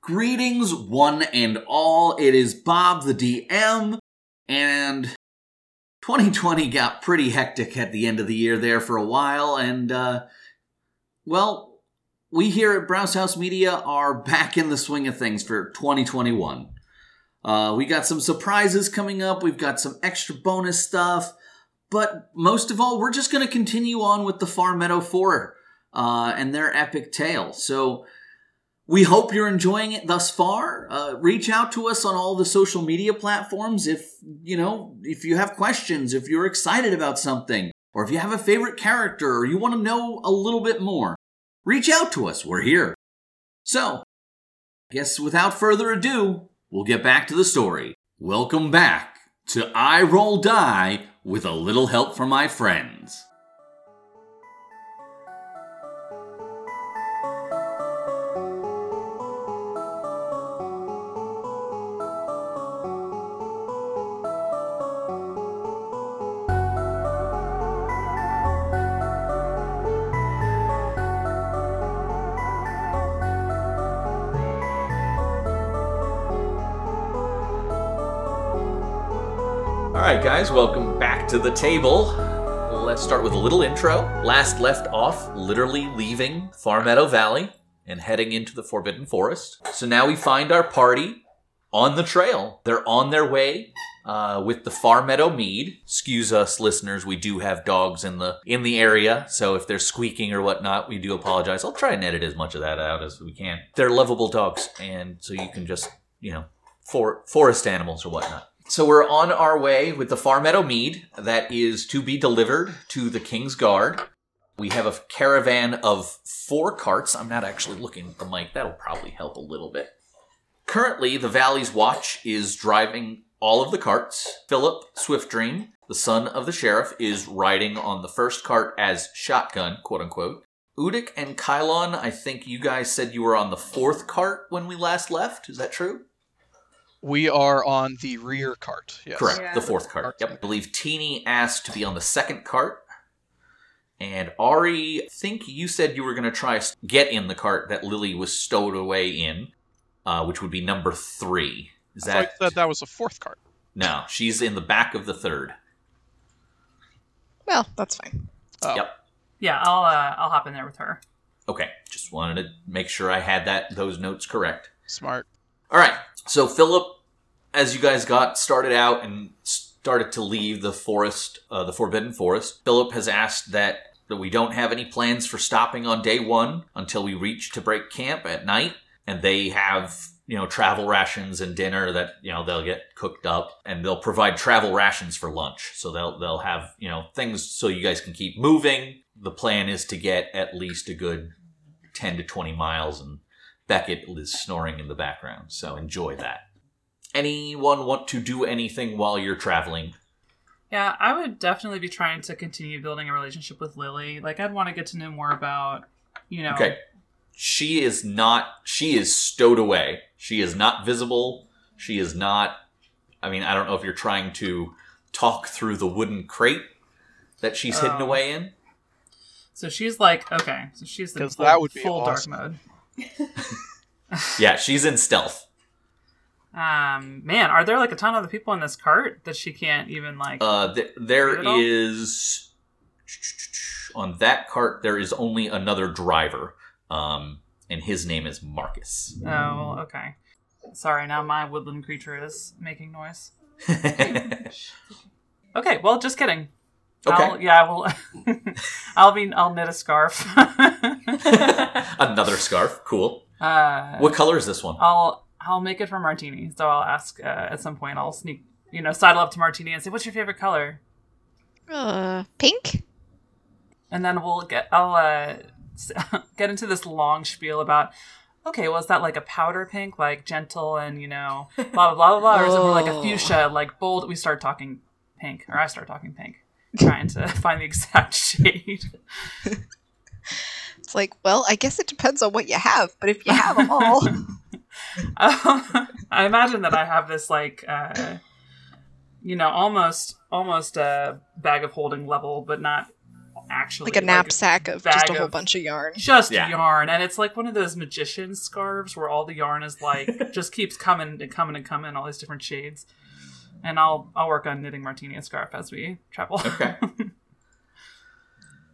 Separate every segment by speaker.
Speaker 1: Greetings, one and all. It is Bob the DM, and 2020 got pretty hectic at the end of the year there for a while, and, uh, well, we here at Browse House Media are back in the swing of things for 2021. Uh, we got some surprises coming up, we've got some extra bonus stuff, but most of all, we're just going to continue on with the Far Meadow Four uh, and their epic tale. So, we hope you're enjoying it thus far. Uh, reach out to us on all the social media platforms if you know if you have questions, if you're excited about something, or if you have a favorite character, or you want to know a little bit more. Reach out to us. We're here. So, I guess without further ado, we'll get back to the story. Welcome back to I Roll Die with a little help from my friends. All right, guys, welcome back to the table. Let's start with a little intro. Last left off, literally leaving Far Meadow Valley and heading into the Forbidden Forest. So now we find our party on the trail. They're on their way uh, with the Far Meadow Mead. Excuse us, listeners. We do have dogs in the in the area, so if they're squeaking or whatnot, we do apologize. I'll try and edit as much of that out as we can. They're lovable dogs, and so you can just you know for forest animals or whatnot. So we're on our way with the Far Meadow Mead that is to be delivered to the King's Guard. We have a caravan of four carts. I'm not actually looking at the mic. That'll probably help a little bit. Currently, the Valley's Watch is driving all of the carts. Philip Swiftdream, the son of the sheriff, is riding on the first cart as shotgun, quote unquote. Udic and Kylon, I think you guys said you were on the fourth cart when we last left. Is that true?
Speaker 2: We are on the rear cart. Yes.
Speaker 1: Correct.
Speaker 3: Yeah.
Speaker 1: The fourth cart.
Speaker 2: Cart.
Speaker 1: Yep. I believe Teeny asked to be on the second cart. And Ari, I think you said you were going to try s- get in the cart that Lily was stowed away in, uh, which would be number three. Is
Speaker 2: I thought
Speaker 1: that
Speaker 2: you said that was a fourth cart.
Speaker 1: no? She's in the back of the third.
Speaker 4: Well, that's fine.
Speaker 2: Oh.
Speaker 1: Yep.
Speaker 3: Yeah, I'll uh, I'll hop in there with her.
Speaker 1: Okay, just wanted to make sure I had that those notes correct.
Speaker 2: Smart.
Speaker 1: All right. So Philip, as you guys got started out and started to leave the forest, uh, the Forbidden Forest, Philip has asked that that we don't have any plans for stopping on day one until we reach to break camp at night, and they have you know travel rations and dinner that you know they'll get cooked up and they'll provide travel rations for lunch so they'll they'll have you know things so you guys can keep moving the plan is to get at least a good 10 to 20 miles and Beckett is snoring in the background, so enjoy that. Anyone want to do anything while you're traveling?
Speaker 3: Yeah, I would definitely be trying to continue building a relationship with Lily. Like, I'd want to get to know more about, you know.
Speaker 1: Okay. She is not, she is stowed away. She is not visible. She is not, I mean, I don't know if you're trying to talk through the wooden crate that she's hidden
Speaker 3: Um,
Speaker 1: away in.
Speaker 3: So she's like, okay, so she's in
Speaker 2: 'Cause
Speaker 3: full,
Speaker 2: that would be
Speaker 3: full
Speaker 2: awesome.
Speaker 3: dark mode.
Speaker 1: Yeah, she's in stealth.
Speaker 3: Um, man, are there like a ton of other people in this cart that she can't even like?
Speaker 1: Uh, th- there
Speaker 3: At all?
Speaker 1: is on that cart. There is only another driver, um, and his name is Marcus.
Speaker 3: oh, okay. Sorry, now my woodland creature is making noise. Okay, well, just kidding.
Speaker 1: Okay.
Speaker 3: I'll, yeah, I will. I'll be. I'll knit a scarf.
Speaker 1: Another scarf. Cool.
Speaker 3: uh,
Speaker 1: What color is this one?
Speaker 3: I'll I'll make it for martini. So I'll ask uh, at some point. I'll sneak, you know, sidle up to martini and say, "What's your favorite color?"
Speaker 4: Uh, pink?
Speaker 3: And then we'll get. I'll uh, s- get into this long spiel about. Okay, well, is that like a powder pink, like gentle and you know, blah blah blah blah, blah, or is it more like a
Speaker 4: Oh.
Speaker 3: fuchsia, like bold? We start talking pink, or I start talking pink, trying to find the exact shade.
Speaker 4: It's like, well, I guess it depends on what you have, but if you have them all,
Speaker 3: Um, I imagine that I have this like, uh, you know, almost almost a bag of holding level, but not actually
Speaker 4: like a knapsack of
Speaker 3: bag
Speaker 4: just a whole
Speaker 3: of-
Speaker 4: bunch of yarn.
Speaker 3: just
Speaker 1: Yeah.
Speaker 3: yarn and it's like one of those magician scarves where all the yarn is like just keeps coming and coming and coming all these different shades and i'll i'll work on knitting martini a scarf as we travel
Speaker 1: Okay.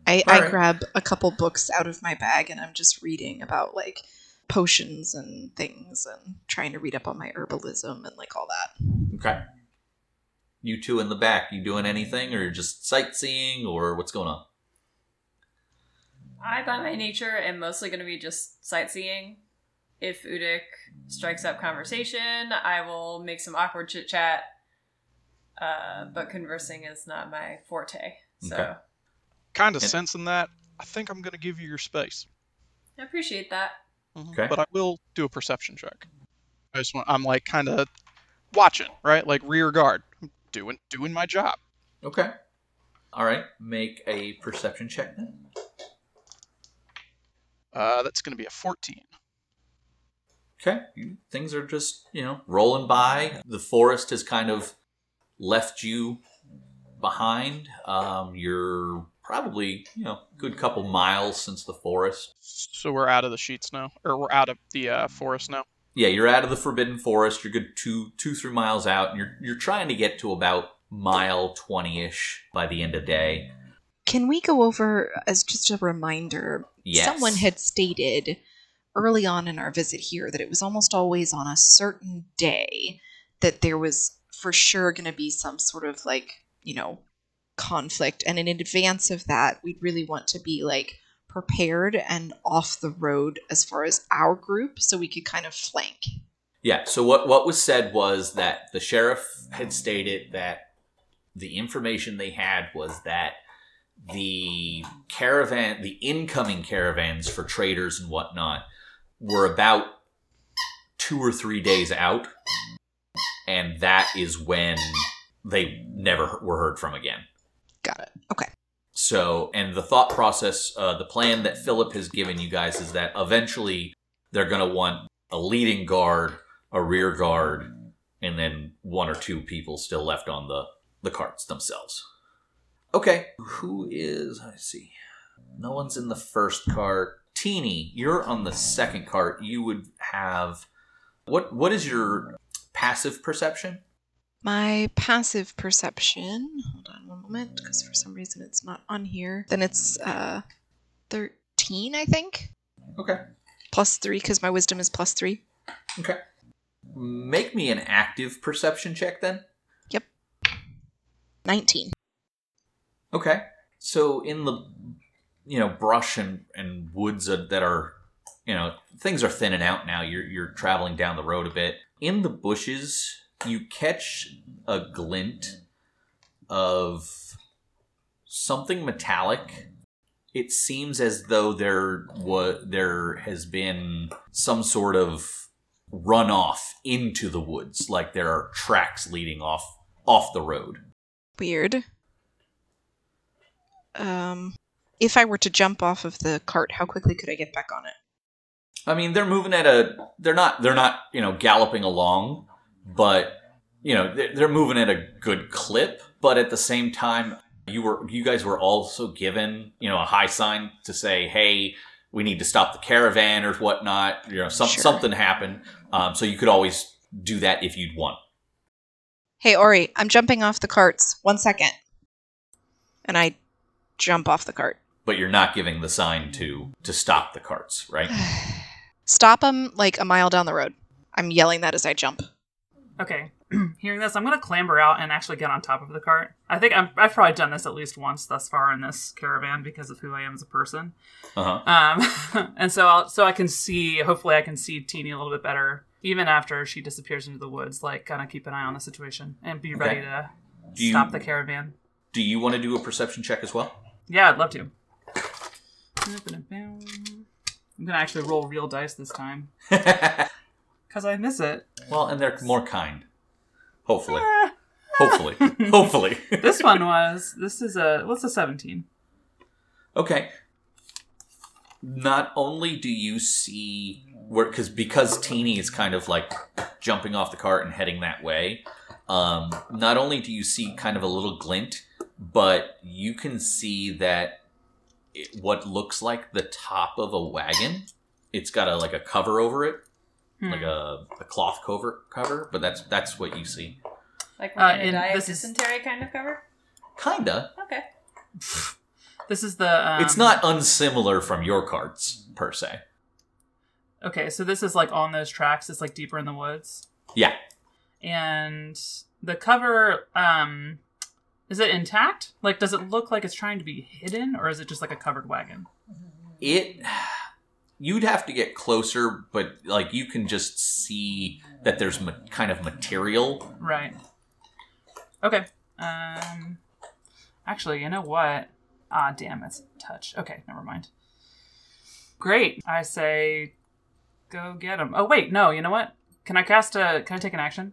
Speaker 4: I,
Speaker 1: All
Speaker 4: I
Speaker 1: right.
Speaker 4: grab a couple books out of my bag and I'm just reading about like potions and things and trying to read up on my herbalism and like all that.
Speaker 1: Okay. You two in the back, you doing anything or just sightseeing or what's going on?
Speaker 5: I, by my nature, am mostly going to be just sightseeing. If Udik strikes up conversation, I will make some awkward chit chat. Uh, but conversing is not my forte, so
Speaker 1: Okay.
Speaker 2: Kind of
Speaker 1: And-
Speaker 2: sensing that, I think I'm going to give you your space.
Speaker 5: I appreciate that.
Speaker 2: Mhm.
Speaker 1: Okay.
Speaker 2: But I will do a perception check. I just want. I'm like kind of watching, right? Like rear guard. I'm doing doing my job.
Speaker 1: Okay. All right. Make a perception check then.
Speaker 2: Uh, that's going to be a 14.
Speaker 1: Okay. You, things are just, you know, rolling by. The forest has kind of left you behind. Um, you're probably, you know, a good couple miles since the forest.
Speaker 2: So we're out of the sheets now, or we're out of the uh, forest now.
Speaker 1: Yeah, you're out of the forbidden forest. You're good two, two, three miles out, and you're you're trying to get to about mile twenty ish by the end of day.
Speaker 4: Can we go over as just a reminder?
Speaker 1: Yes.
Speaker 4: Someone had stated early on in our visit here that it was almost always on a certain day that there was for sure going to be some sort of like, you know, conflict. And in advance of that, we'd really want to be like prepared and off the road as far as our group so we could kind of flank.
Speaker 1: Yeah. So what what was said was that the sheriff had stated that the information they had was that the caravan, the incoming caravans for traders and whatnot, were about two or three days out, and that is when they never were heard from again.
Speaker 4: Got it. Okay.
Speaker 1: So, and the thought process, uh, the plan that Philip has given you guys is that eventually they're going to want a leading guard, a rear guard, and then one or two people still left on the, the carts themselves. Okay. Who is, I see. No one's in the first cart. Teeny, you're on the second cart. You would have. What What is your passive perception?
Speaker 4: My passive perception. Hold on one moment, because for some reason it's not on here. Then it's uh, thirteen, I think.
Speaker 1: Okay.
Speaker 4: Plus three, because my wisdom is plus three.
Speaker 1: Okay. Make me an active perception check then.
Speaker 4: Nineteen.
Speaker 1: Okay. So in the you know brush and and woods that that are you know things are thinning out now. You're you're traveling down the road a bit. In the bushes, you catch a glint of something metallic. It seems as though there was there has been some sort of runoff into the woods, like there are tracks leading off off the road.
Speaker 4: Weird. Um, if I were to jump off of the cart, how quickly could I get back on it?
Speaker 1: I mean, they're moving at a they're not they're not you know galloping along, but you know they're, they're moving at a good clip. But at the same time, you were you guys were also given you know a high sign to say, hey, we need to stop the caravan or whatnot. You know, some,
Speaker 4: Sure.
Speaker 1: something happened, um, so you could always do that if you'd want.
Speaker 4: Hey Ori, I'm jumping off the carts. One second. And I jump off the cart.
Speaker 1: But you're not giving the sign to to stop the carts, right?
Speaker 4: Stop them like a mile down the road. I'm yelling that as I jump.
Speaker 3: okay hearing this i'm gonna clamber out and actually get on top of the cart i think I'm, i've probably done this at least once thus far in this caravan because of who i am as a person
Speaker 1: Uh huh.
Speaker 3: um, and so I'll, so I can see. Hopefully, I can see Teeny a little bit better, even after she disappears into the woods. Like, kind of keep an eye on the situation and be ready
Speaker 1: Okay.
Speaker 3: to
Speaker 1: Do you-
Speaker 3: stop the caravan.
Speaker 1: Do you want to do a perception check as well?
Speaker 3: Yeah, I'd love to. I'm gonna actually roll real dice this time
Speaker 1: well,
Speaker 3: because I miss it.
Speaker 1: and they're more kind. Hopefully.
Speaker 3: Ah,
Speaker 1: Hopefully. Hopefully.
Speaker 3: this one was. This is a what's a seventeen?
Speaker 1: Okay. Not only do you see where because because Teeny is kind of like jumping off the cart and heading that way, um, not only do you see kind of a little glint, but you can see that it- what looks like the top of a wagon. It's got a like a cover over it,
Speaker 3: Hmm.
Speaker 1: like a, a cloth cover cover, but that's that's what you see.
Speaker 5: Like we're
Speaker 3: Uh,
Speaker 5: gonna
Speaker 3: and
Speaker 5: die of
Speaker 3: this is-
Speaker 5: dysentery kind of cover?
Speaker 1: Kinda.
Speaker 5: Okay.
Speaker 3: This is the. Um,
Speaker 1: it's not unsimilar from your carts per se.
Speaker 3: Okay, so this is like on those tracks. It's like deeper in the woods.
Speaker 1: Yeah.
Speaker 3: And the cover, um, is it intact? Like, does it look like it's trying to be hidden, or is it just like a covered wagon?
Speaker 1: It you'd have to get closer, but like you can just see that there's ma- kind of material.
Speaker 3: Right. Okay. Um, actually, you know what? Ah, damn, it's touch. Okay, never mind. Great. I say, go get him. Oh wait, no. You know what? Can I cast a? Can I take an action?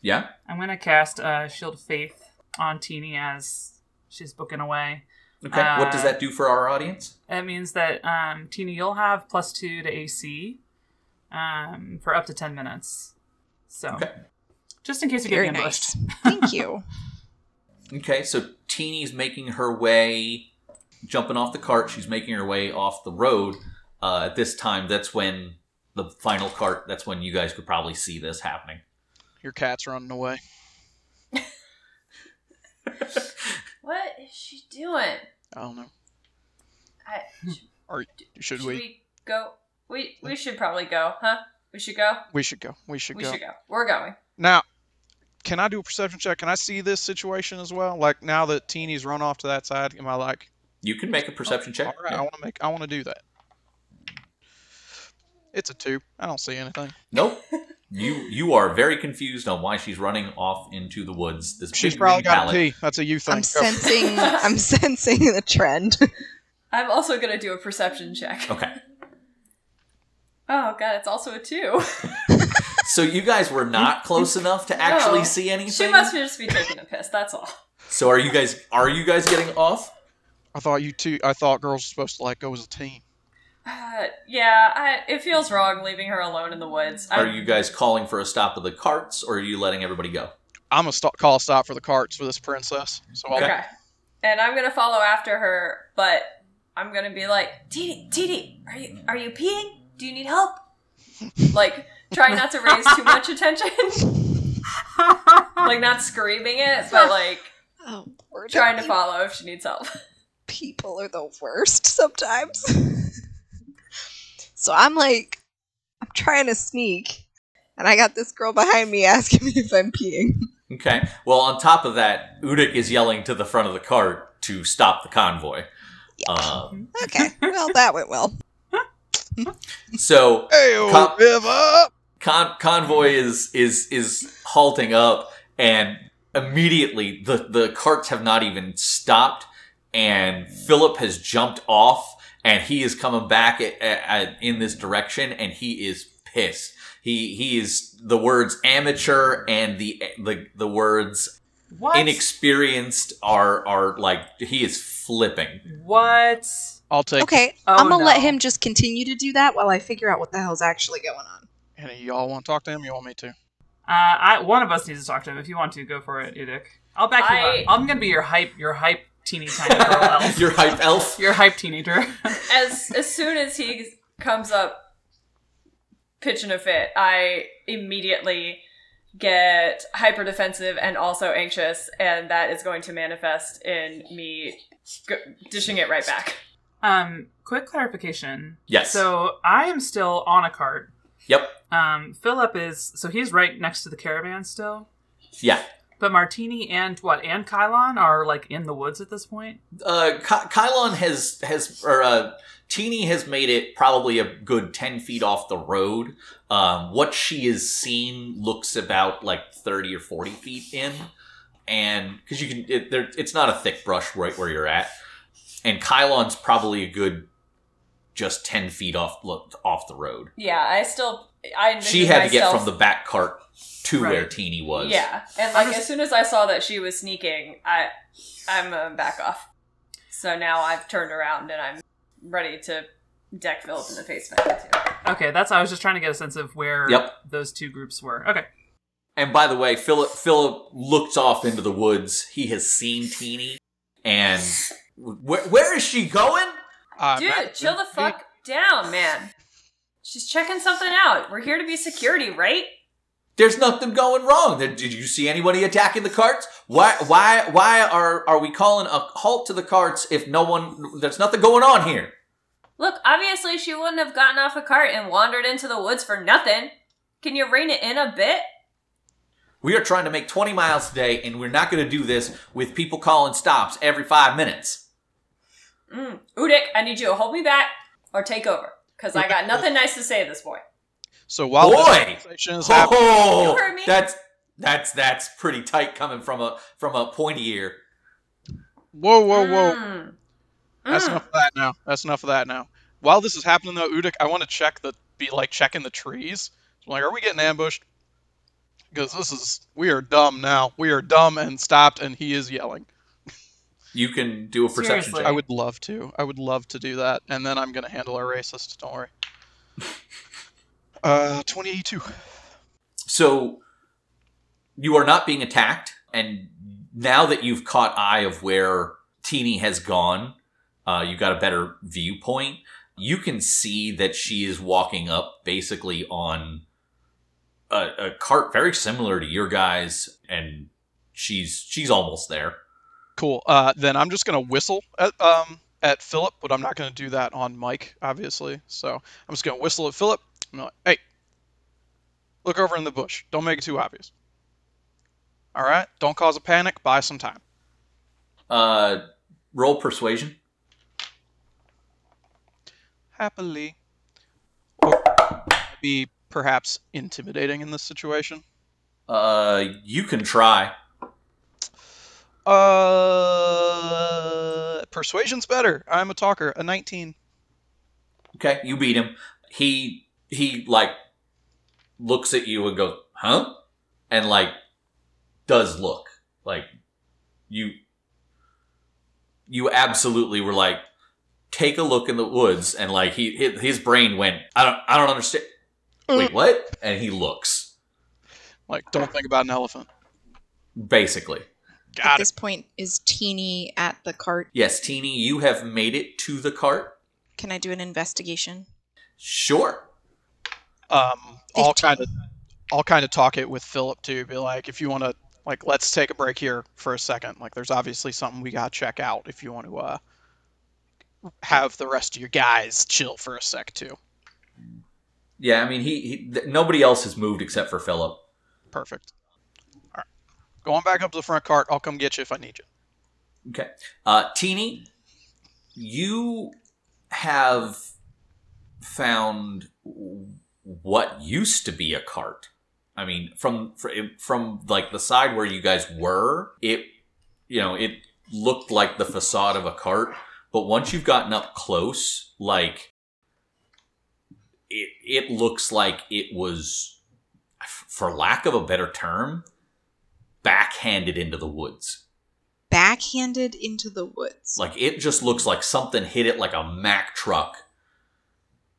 Speaker 1: Yeah.
Speaker 3: I'm gonna cast uh, Shield of Faith on Teeny as she's booking away.
Speaker 1: Okay. what does
Speaker 3: Uh,
Speaker 1: that do for our audience?
Speaker 3: That means that um, Teeny, you'll have plus two to AC um, for up to ten minutes. So,
Speaker 1: Okay.
Speaker 3: just in case you get
Speaker 4: Very
Speaker 3: ambushed,
Speaker 4: nice. Thank you.
Speaker 1: Okay, so Teeny's making her way, jumping off the cart. She's making her way off the road. Uh, at this time, that's when the final cart. That's when you guys could probably see this happening.
Speaker 2: Your cat's running away.
Speaker 5: What is she doing?
Speaker 2: I don't know.
Speaker 5: I,
Speaker 2: Or should
Speaker 5: should
Speaker 2: we?
Speaker 5: we go? We we should probably go, huh? We should go.
Speaker 2: We should go. We should
Speaker 5: we
Speaker 2: go.
Speaker 5: should go. We're going.
Speaker 2: Now, can I do a perception check? Can I see this situation as well? Like now that Teeny's run off to that side, am I like,
Speaker 1: You can make a perception check.
Speaker 2: all right, I want to make, I want to do that. It's a two. I don't see anything.
Speaker 1: Nope. You you are very confused on why she's running off into the woods. This
Speaker 2: She's
Speaker 1: big
Speaker 2: probably
Speaker 1: green
Speaker 2: got a
Speaker 1: pallet.
Speaker 2: T. That's a you thing.
Speaker 4: I'm
Speaker 2: Go.
Speaker 4: sensing. I'm sensing the trend.
Speaker 5: I'm also gonna do a perception check.
Speaker 1: Okay,
Speaker 5: Oh god, it's also a two.
Speaker 1: so you guys were not close enough to actually
Speaker 5: No.
Speaker 1: see anything.
Speaker 5: she must just be taking a piss. That's all.
Speaker 1: So are you guys are you guys getting off?
Speaker 2: I thought you two. I thought girls were supposed to like go as a team.
Speaker 5: Uh, yeah, I, it feels wrong leaving her alone in the woods.
Speaker 1: Are
Speaker 5: I'm-
Speaker 1: you guys calling for a stop of the carts, or are you letting everybody go?
Speaker 2: I'm gonna stop, call a stop for the carts for this princess. So I'll,
Speaker 5: Okay. And I'm gonna follow after her, but I'm gonna be like, Didi, Didi, are you are you peeing? Do you need help? like, try not to raise too much attention. like not screaming it, but like
Speaker 4: Oh, Lord.
Speaker 5: trying to follow if she needs help.
Speaker 4: people are the worst sometimes. so I'm like, I'm trying to sneak, and I got this girl behind me asking me if I'm peeing.
Speaker 1: Okay. Well, on top of that, Udik is yelling to the front of the cart to stop the convoy.
Speaker 4: Yeah.
Speaker 1: Uh,
Speaker 4: Okay, well that went well.
Speaker 1: so
Speaker 2: hey,
Speaker 1: Cop-
Speaker 2: Viv up.
Speaker 1: con- convoy is is is halting up, and immediately the the carts have not even stopped, and Philip has jumped off, and he is coming back at, at, at- in this direction, and he is pissed. He he is the words amateur and the the the words
Speaker 3: what?
Speaker 1: inexperienced are are like he is flipping.
Speaker 3: what?
Speaker 2: I'll take.
Speaker 4: Okay,
Speaker 3: Oh,
Speaker 4: I'm gonna let
Speaker 3: no.
Speaker 4: him just continue to do that while I figure out what the hell's actually going on.
Speaker 2: Any of y'all want to talk to him? You want me to?
Speaker 3: Uh, I, one of us needs to talk to him. If you want to, go for it, Udic. I'll back you up.
Speaker 5: I-
Speaker 3: I'm gonna be your hype, your hype, teeny tiny girl elf.
Speaker 1: Your hype elf.
Speaker 3: your hype teenager.
Speaker 5: As as soon as he comes up pitching a fit, I immediately get hyper defensive and also anxious, and that is going to manifest in me g- dishing it right back.
Speaker 3: um, quick clarification.
Speaker 1: Yes.
Speaker 3: So I am still on a cart.
Speaker 1: Yep.
Speaker 3: Um, Philip is so he's right next to the caravan still.
Speaker 1: Yeah.
Speaker 3: But Martini and what and Kylon are like in the woods at this point.
Speaker 1: Uh, Ky- Kylon has has or uh, Teeny has made it probably a good ten feet off the road. Um, what she has seen looks about like thirty or forty feet in, and because you can, it, there, it's not a thick brush right where you're at, and Kylon's probably a good just ten feet off look, off the road.
Speaker 5: Yeah, I still I envision
Speaker 1: She had to get
Speaker 5: myself-
Speaker 1: from the back cart to
Speaker 3: Right.
Speaker 1: where Teeny was.
Speaker 5: yeah, and
Speaker 3: I'm
Speaker 5: like
Speaker 3: just-
Speaker 5: as soon as I saw that she was sneaking, I I'm uh, back off. So now I've turned around and I'm ready to deck Philip in the face. with it, too.
Speaker 3: Okay, that's I was just trying to get a sense of where
Speaker 1: Yep.
Speaker 3: those two groups were. Okay.
Speaker 1: And by the way, Philip Philip looks off into the woods. He has seen Teeny and Where, where is she going?
Speaker 2: I'm
Speaker 5: Dude,
Speaker 2: at-
Speaker 5: chill the fuck down, man. She's checking something out. We're here to be security, right?
Speaker 1: There's nothing going wrong. There- Did you see anybody attacking the carts? Why why why are are we calling a halt to the carts if no one there's nothing going on here?
Speaker 5: Look, obviously she wouldn't have gotten off a cart and wandered into the woods for nothing. Can you rein it in a bit?
Speaker 1: We are trying to make 20 miles today and we're not going to do this with people calling stops every 5 minutes.
Speaker 5: Mm. Udik, I need you to hold me back or take over, because I got nothing nice to say at this point.
Speaker 2: So while this
Speaker 1: Boy!
Speaker 2: conversation is happening,
Speaker 1: Oh,
Speaker 5: You heard me.
Speaker 1: that's that's that's pretty tight coming from a from a pointy ear.
Speaker 2: whoa, whoa, whoa!
Speaker 5: Mm.
Speaker 2: That's
Speaker 5: Mm.
Speaker 2: enough of that now. That's enough of that now. While this is happening though, Udik, I want to check the be like checking the trees. So I'm like, are we getting ambushed? Because this is we are dumb now. We are dumb and stopped, and he is yelling.
Speaker 1: You can do a perception
Speaker 3: Seriously.
Speaker 1: check.
Speaker 2: I would love to. I would love to do that, and then I'm gonna handle our racist. Don't worry. Uh, 22.
Speaker 1: So you are not being attacked, and now that you've caught eye of where Teeny has gone, uh, you got a better viewpoint. You can see that she is walking up basically on a, a cart very similar to your guys, and she's she's almost there.
Speaker 2: Cool. Uh, then I'm just gonna whistle at um at Philip, but I'm not gonna do that on Mike, obviously. So I'm just gonna whistle at Philip. I'm like, hey, look over in the bush. Don't make it too obvious. All right. Don't cause a panic. Buy some time.
Speaker 1: Uh, roll persuasion.
Speaker 2: Happily. Or be perhaps intimidating in this situation.
Speaker 1: Uh, you can try.
Speaker 2: Uh, persuasion's better. I'm a talker. A 19.
Speaker 1: Okay, you beat him. He he like looks at you and goes, "Huh?" and like does look like you. You absolutely were like, take a look in the woods, and like he hi- his brain went, I don't I don't understand. Wait, what? And he looks
Speaker 2: Like, don't think about an elephant.
Speaker 1: basically.
Speaker 4: At
Speaker 2: Got it.
Speaker 4: this point, is Teeny at the cart?
Speaker 1: Yes, Teeny, you have made it to the cart.
Speaker 4: Can I do an investigation?
Speaker 1: Sure.
Speaker 2: um, all
Speaker 4: Fifteen.
Speaker 2: kind of I'll kind of talk it with Philip too. Be like, if you want to, like, let's take a break here for a second. Like, there's obviously something we gotta check out if you want to uh, have the rest of your guys chill for a sec too.
Speaker 1: Yeah, I mean, he, he th- nobody else has moved except for Philip.
Speaker 2: Perfect. All right, go on back up to the front cart. I'll come get you if I need you.
Speaker 1: Okay. Uh, Teeny, you have found what used to be a cart. I mean, from fr- from like the side where you guys were, it you know it looked like the facade of a cart, but once you've gotten up close, like it it looks like it was, f- for lack of a better term, backhanded into the woods.
Speaker 4: Backhanded into the woods.
Speaker 1: Like it just looks like something hit it like a Mack truck.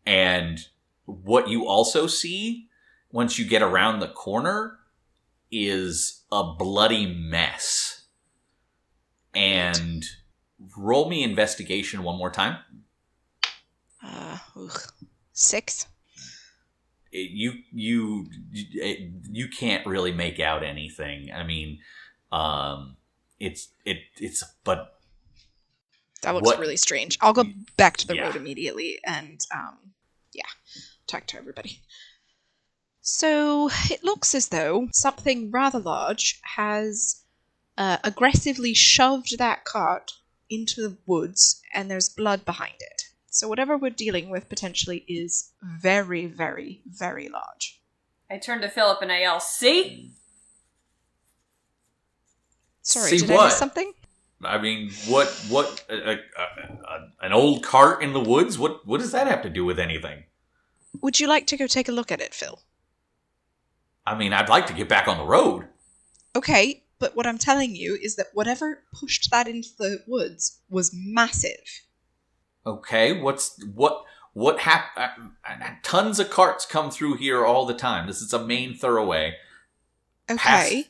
Speaker 1: And what you also see once you get around the corner is a bloody mess. And roll me investigation one more time.
Speaker 4: uh, ugh. Six.
Speaker 1: It- you you you- it, you can't really make out anything. I mean, um, it's it it's but
Speaker 4: That looks
Speaker 1: What-
Speaker 4: really strange. I'll go back to the
Speaker 1: Yeah.
Speaker 4: road immediately and um, yeah, talk to everybody. So it looks as though something rather large has uh, aggressively shoved that cart into the woods, and there's blood behind it. So whatever we're dealing with potentially is very, very, very large.
Speaker 5: I turn to Philip and I yell, "See?
Speaker 4: Sorry,
Speaker 1: See
Speaker 4: did I
Speaker 1: what?
Speaker 4: miss something?
Speaker 1: I mean, what what a, a, a, an old cart in the woods? What what does that have to do with anything?
Speaker 4: Would you like to go take a look at it, Phil?
Speaker 1: I mean, I'd like to get back on the road.
Speaker 4: Okay, but what I'm telling you is that whatever pushed that into the woods was massive.
Speaker 1: Okay, what's what what hap- uh, uh, Tons of carts come through here all the time. This is a main thoroughway. Past-
Speaker 4: Okay.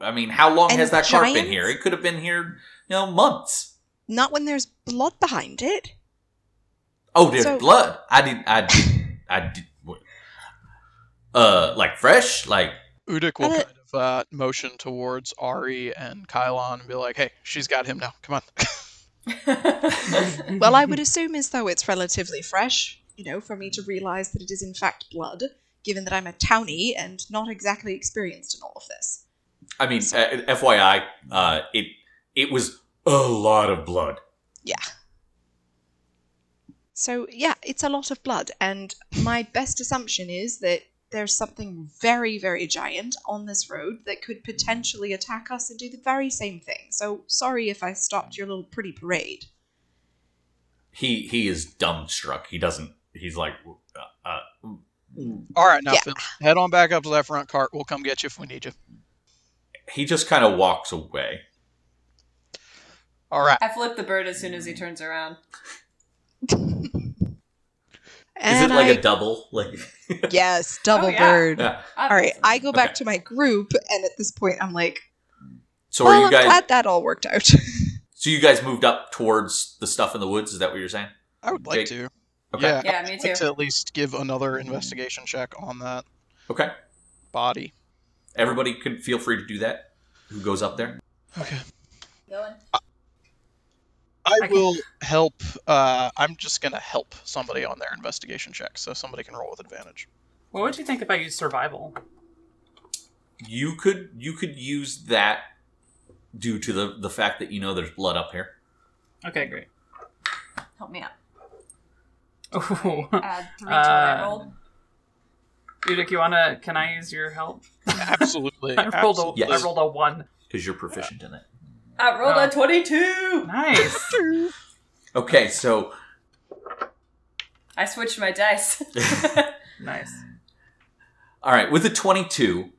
Speaker 1: I mean, how long
Speaker 4: And
Speaker 1: has that cart been
Speaker 4: giants?
Speaker 1: here? It could have been here, you know, months.
Speaker 4: Not when there's blood behind it.
Speaker 1: Oh, there's
Speaker 4: So-
Speaker 1: blood. I did. I did. I did. What? Uh, like fresh. Like
Speaker 2: Udyk will
Speaker 4: I don't-
Speaker 2: kind of uh, motion towards Ari and Kylon and be like, "Hey, she's got him now. Come on."
Speaker 4: Well, I would assume as though it's relatively fresh, you know, for me to realize that it is in fact blood, given that I'm a townie and not exactly experienced in all of this.
Speaker 1: I mean,
Speaker 4: So-
Speaker 1: uh, FYI, uh, it it was a lot of blood.
Speaker 4: So, yeah, it's a lot of blood, and my best assumption is that there's something very, very giant on this road that could potentially attack us and do the very same thing. So, sorry if I stopped your little pretty parade.
Speaker 1: He he is dumbstruck. He doesn't. He's like, uh, uh,
Speaker 2: All right, now
Speaker 4: Yeah.
Speaker 2: Phil, head on back up to that front cart. We'll come get you if we need you.
Speaker 1: he just kind of walks away.
Speaker 2: All right.
Speaker 5: I flip the bird as soon as he turns around.
Speaker 1: Is it
Speaker 4: And
Speaker 1: like
Speaker 4: I-
Speaker 1: a double? Like,
Speaker 4: yes, double
Speaker 5: Oh, yeah.
Speaker 4: bird.
Speaker 1: Yeah.
Speaker 4: All right, I go back
Speaker 1: Okay.
Speaker 4: to my group, and at this point, I'm like,
Speaker 1: so
Speaker 4: well,
Speaker 1: are you
Speaker 4: I'm
Speaker 1: guys?
Speaker 4: glad that all worked out.
Speaker 1: So you guys moved up towards the stuff in the woods. Is that what you're saying?
Speaker 2: I would like
Speaker 1: Jake-
Speaker 2: to.
Speaker 1: Okay.
Speaker 2: Yeah.
Speaker 5: Yeah, me
Speaker 2: I'd like
Speaker 5: too.
Speaker 2: to at least give another investigation check on that
Speaker 1: Okay.
Speaker 2: body.
Speaker 1: Everybody can feel free to do that. Who goes up there?
Speaker 2: Okay.
Speaker 5: Going.
Speaker 2: I
Speaker 3: I can-
Speaker 2: will help. Uh, I'm just gonna help somebody on their investigation check, so somebody can roll with advantage.
Speaker 3: what would you think if I used survival?
Speaker 1: You could you could use that due to the the fact that you know there's blood up here.
Speaker 3: Okay, great.
Speaker 5: Help me out.
Speaker 3: Ooh.
Speaker 5: Add three to my
Speaker 3: Uh,
Speaker 5: roll.
Speaker 3: Udic, you wanna? Can I use your help?
Speaker 2: Absolutely.
Speaker 3: I rolled a,
Speaker 2: absolutely.
Speaker 1: Yes.
Speaker 3: I rolled a one.
Speaker 1: because you're proficient in it.
Speaker 5: I rolled
Speaker 3: uh,
Speaker 5: a twenty-two.
Speaker 3: Nice.
Speaker 1: Okay, so
Speaker 5: I switched my dice.
Speaker 3: nice.
Speaker 1: all right, with the 22,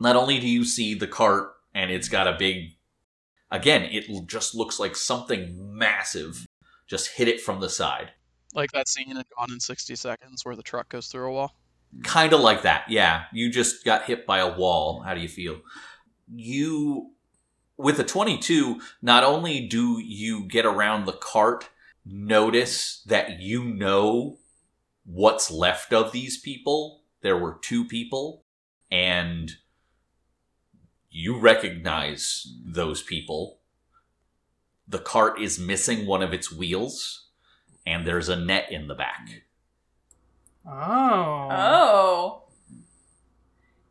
Speaker 1: not only do you see the cart and it's got a big again, it l- just looks like something massive just hit it from the side.
Speaker 2: Like that scene in Gone in 60 Seconds where the truck goes through a wall.
Speaker 1: Kind of like that. Yeah, you just got hit by a wall. How do you feel? You with a 22, not only do you get around the cart, notice that you know what's left of these people. There were two people, and you recognize those people. The cart is missing one of its wheels, and there's a net in the back.
Speaker 3: Oh.
Speaker 5: oh.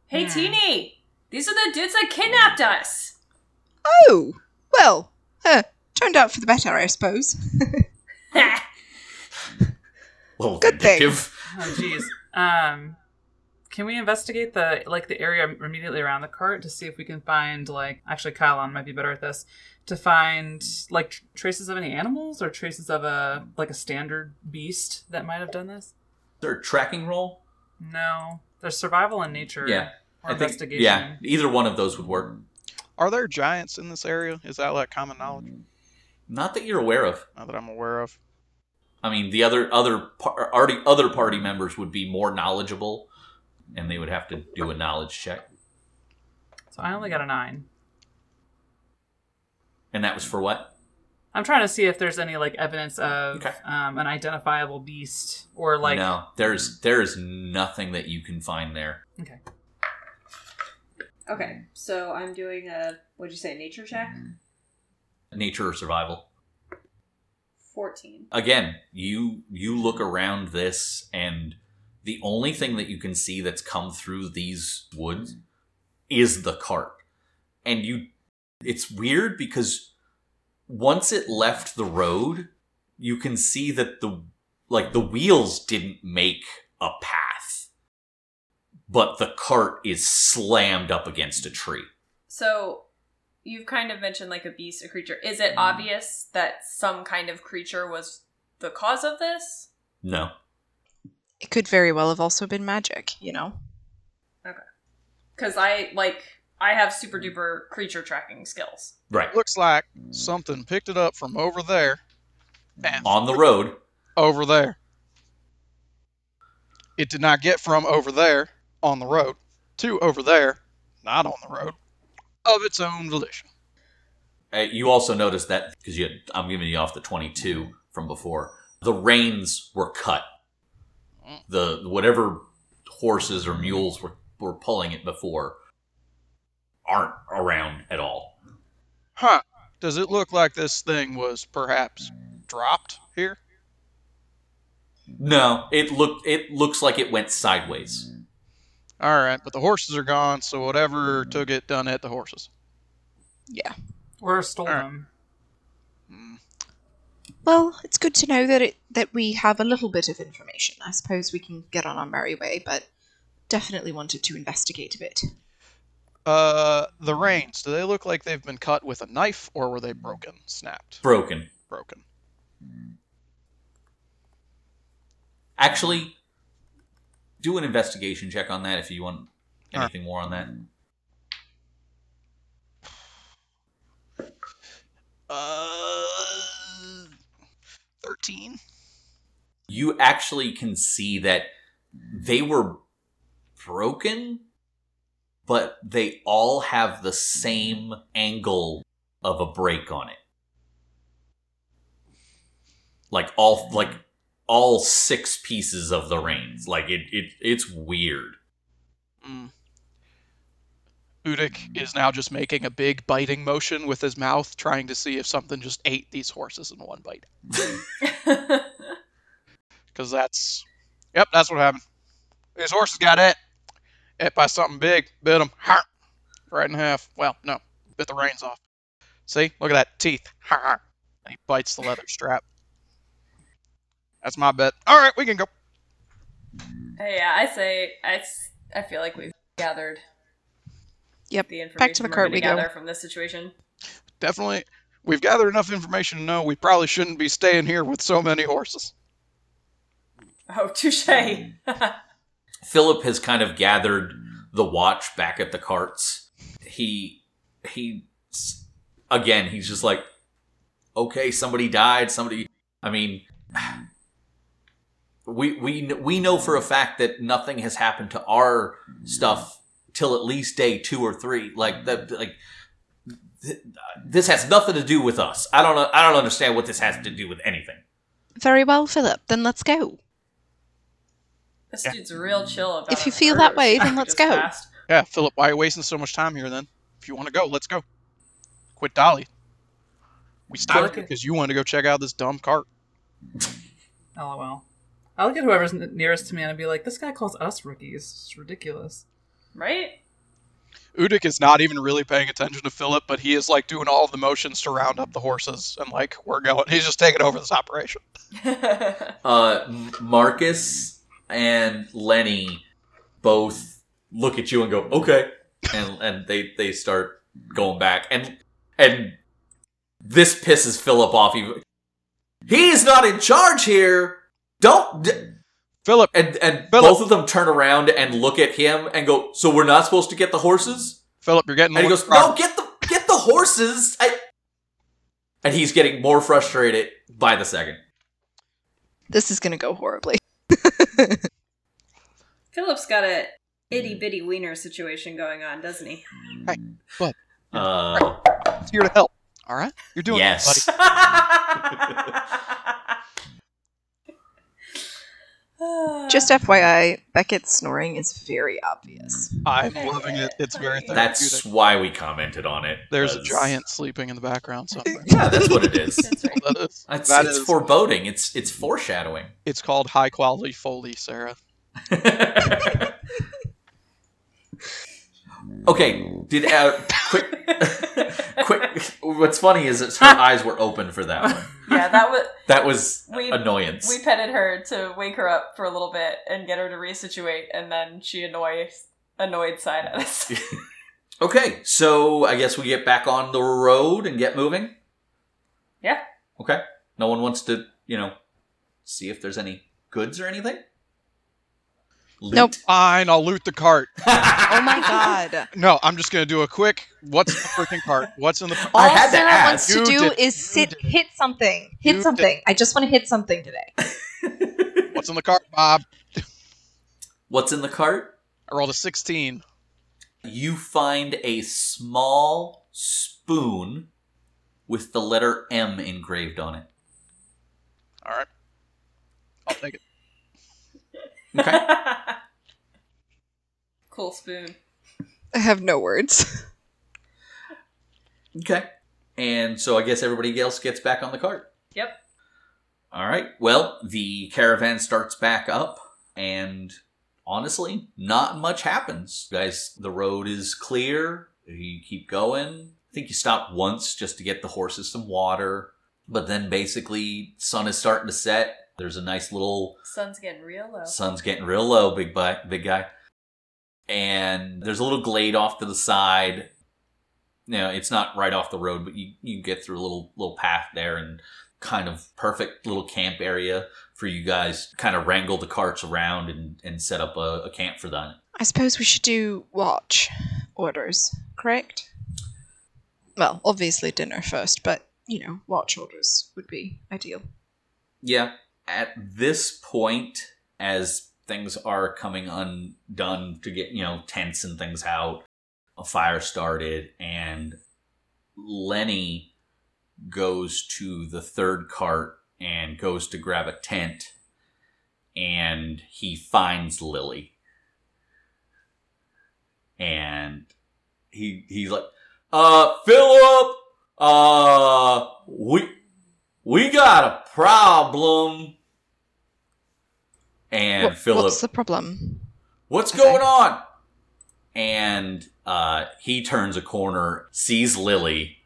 Speaker 5: Hey,
Speaker 3: Hmm.
Speaker 5: Teeny. These are the dudes that kidnapped us.
Speaker 4: Oh, well, huh, turned out for the better, I suppose.
Speaker 1: Well,
Speaker 4: Good thing.
Speaker 3: Oh, jeez. Um, can we investigate the like the area immediately around the cart to see if we can find like actually Kylon might be better at this to find like tr- traces of any animals or traces of a like a standard beast that might have done this?
Speaker 1: Is there a tracking roll?
Speaker 3: No, there's survival in nature.
Speaker 1: Yeah,
Speaker 3: or investigation.
Speaker 1: yeah, either one of those would work.
Speaker 2: Are there giants in this area? Is that like common knowledge?
Speaker 1: Not that you're aware of.
Speaker 2: Not that I'm aware of.
Speaker 1: I mean, the other other par- already other party members would be more knowledgeable, and they would have to do a knowledge check,
Speaker 3: So I only got a nine.
Speaker 1: and that was for what?
Speaker 3: I'm trying to see if there's any like evidence of
Speaker 1: Okay.
Speaker 3: um, an identifiable beast or like
Speaker 1: no, there's there is nothing that you can find there.
Speaker 3: okay.
Speaker 5: okay, so I'm doing a what'd you say, nature check?
Speaker 1: Nature or survival.
Speaker 5: Fourteen.
Speaker 1: Again, you you look around this, and the only thing that you can see that's come through these woods is the cart, and you. It's weird because once it left the road, you can see that the like the wheels didn't make a path but the cart is slammed up against a tree
Speaker 5: So you've kind of mentioned like a beast, a creature. Is it obvious that some kind of creature was the cause of this?
Speaker 1: no
Speaker 4: It could very well have also been magic, you know?
Speaker 5: Because I like I have super duper creature tracking skills.
Speaker 1: right
Speaker 2: Looks like something picked it up from over there and
Speaker 1: on the road
Speaker 2: over there. It did not get from over there on the road to over there, not on the road, of its own volition.
Speaker 1: Uh, you also noticed that because you had, I'm giving you off the 22 from before. The reins were cut. The whatever horses or mules were, were pulling it before aren't around at all.
Speaker 2: Huh. Does it look like this thing was perhaps dropped here?
Speaker 1: No, it looked it looks like it went sideways.
Speaker 2: All right, but the horses are gone, so whatever took it done at the horses.
Speaker 4: Yeah.
Speaker 3: Or stole
Speaker 2: Alright.
Speaker 3: them.
Speaker 2: Hmm.
Speaker 4: Well, it's good to know that it that we have a little bit of information. I suppose we can get on our merry way, but definitely wanted to investigate a bit.
Speaker 2: Uh, the reins. Do they look like they've been cut with a knife, or were they broken, snapped,
Speaker 1: Broken.
Speaker 2: broken?
Speaker 1: Actually, do an investigation check on that if you want
Speaker 2: All right.
Speaker 1: anything more on that.
Speaker 2: Uh, thirteen.
Speaker 1: You actually can see that they were broken, but they all have the same angle of a break on it. Like all like all six pieces of the reins. Like it, it it's weird.
Speaker 2: Mm. Udyk is now just making a big biting motion with his mouth, trying to see if something just ate these horses in one bite. Because that's, yep, that's what happened. These horses got it, hit by something big, bit them, right in half. Well, no, bit the reins off. See, look at that teeth. Har, har. And he bites the leather strap. That's my bet. All right, we can go.
Speaker 5: yeah, I say I, s- I feel like we've gathered
Speaker 4: Yep.
Speaker 5: the information
Speaker 4: Back to the
Speaker 5: we're
Speaker 4: cart
Speaker 5: gonna
Speaker 4: we go.
Speaker 5: gather from this situation.
Speaker 2: Definitely, we've gathered enough information to know we probably shouldn't be staying here with so many horses.
Speaker 5: Oh, touche. I
Speaker 1: Philip has kind of gathered the watch back at the carts. He he s- again, he's just like okay, somebody died, somebody I mean we we kn- we know for a fact that nothing has happened to our stuff till at least day 2 or 3. Like that like th- this has nothing to do with us. I don't know. I don't understand what this has to do with anything.
Speaker 4: Very well, Philip. Then let's go.
Speaker 5: this dude's real chill about.
Speaker 4: If you
Speaker 5: our
Speaker 4: feel that
Speaker 5: murders.
Speaker 4: way, then
Speaker 5: We
Speaker 4: let's
Speaker 5: just
Speaker 4: go.
Speaker 5: passed.
Speaker 2: Yeah, Philip, why are you wasting so much time here then? If you want to go, let's go. Quit Dolly. We stopped
Speaker 3: Okay.
Speaker 2: because you wanted to go check out this dumb cart.
Speaker 3: LOL. I'll look at whoever's n- nearest to me and I'd be like, this guy calls us rookies. It's ridiculous.
Speaker 5: Right?
Speaker 2: Udyk is not even really paying attention to Philip, but he is like doing all of the motions to round up the horses and like we're going. He's just taking over this operation.
Speaker 1: uh, M- Marcus and Lenny both look at you and go, "Okay," and and they they start going back, and and this pisses Philip off. Even he's not in charge here. Don't d-"
Speaker 2: Philip,
Speaker 1: and and
Speaker 2: Philip.
Speaker 1: both of them turn around and look at him and go, "So we're not supposed to get the horses?"
Speaker 2: Philip, you're getting.
Speaker 1: And he
Speaker 2: one
Speaker 1: goes,
Speaker 2: wrong.
Speaker 1: "No, get the get the horses." I... And he's getting more frustrated by the second.
Speaker 4: This is going to go horribly.
Speaker 5: Philip's got a itty bitty wiener situation going on, doesn't he?
Speaker 1: Uh,
Speaker 2: It's here to help. All right, you're doing
Speaker 1: yes.
Speaker 2: it, buddy.
Speaker 4: Just FYI, Beckett's snoring is very obvious.
Speaker 2: I'm loving it. It's very therapeutic.
Speaker 1: That's why we commented on it.
Speaker 2: There's a
Speaker 1: 'cause-
Speaker 2: giant sleeping in the background somewhere.
Speaker 1: Yeah, that's what it is.
Speaker 5: That's right.
Speaker 2: That is-
Speaker 1: It's,
Speaker 2: that
Speaker 1: it's
Speaker 2: is-
Speaker 1: foreboding. It's it's foreshadowing.
Speaker 2: it's called high quality foley, Sarah.
Speaker 1: okay, did uh, quick quick. What's funny is it's her eyes were open for that one.
Speaker 5: Yeah, that was
Speaker 1: That was
Speaker 5: we
Speaker 1: annoyance.
Speaker 5: we petted her to wake her up for a little bit and get her to resituate, and then she annoys annoyed side at us.
Speaker 1: Okay, so I guess we get back on the road and get moving.
Speaker 5: Yeah.
Speaker 1: Okay. No one wants to, you know, see if there's any goods or anything. Loot?
Speaker 4: Nope.
Speaker 2: Fine, I'll loot the cart.
Speaker 4: Oh my god.
Speaker 2: No, I'm just gonna do a quick. What's the freaking part? What's in the?
Speaker 1: I
Speaker 4: All
Speaker 1: had to
Speaker 4: Sarah
Speaker 1: ask.
Speaker 4: wants to
Speaker 2: You
Speaker 4: do
Speaker 2: did-
Speaker 4: is
Speaker 2: you
Speaker 4: sit,
Speaker 2: did it.
Speaker 4: hit something,
Speaker 2: You
Speaker 4: hit
Speaker 2: did
Speaker 4: something. I just want to hit something today.
Speaker 2: What's in the cart, Bob?
Speaker 1: What's in the cart?
Speaker 2: I rolled a 16.
Speaker 1: you find a small spoon with the letter M engraved on it.
Speaker 2: All right. I'll take it.
Speaker 1: Okay.
Speaker 5: cool spoon.
Speaker 4: I have no words.
Speaker 1: okay. And so I guess everybody else gets back on the cart.
Speaker 5: Yep.
Speaker 1: All right. Well, the caravan starts back up, and honestly, not much happens. Guys, the road is clear. You keep going. I think you stop once just to get the horses some water, but then basically, sun is starting to set. There's a nice little
Speaker 5: Sun's getting real low.
Speaker 1: sun's getting real low, big guy, big guy. And there's a little glade off to the side. Now it's not right off the road, but you you get through a little little path there and kind of perfect little camp area for you guys to kind of wrangle the carts around and, and set up a, a camp for that.
Speaker 4: I suppose we should do watch orders, correct? Well, obviously dinner first, but you know, watch orders would be ideal.
Speaker 1: Yeah. At this point, as things are coming undone to get, you know, tents and things out, a fire started, and Lenny goes to the third cart and goes to grab a tent, and he finds Lily. And he he's like, uh, Philip, uh, we we got a problem. And
Speaker 4: What-
Speaker 1: Philip,
Speaker 4: what's the problem?
Speaker 1: What's
Speaker 4: Okay.
Speaker 1: going on? And uh, he turns a corner, sees Lily.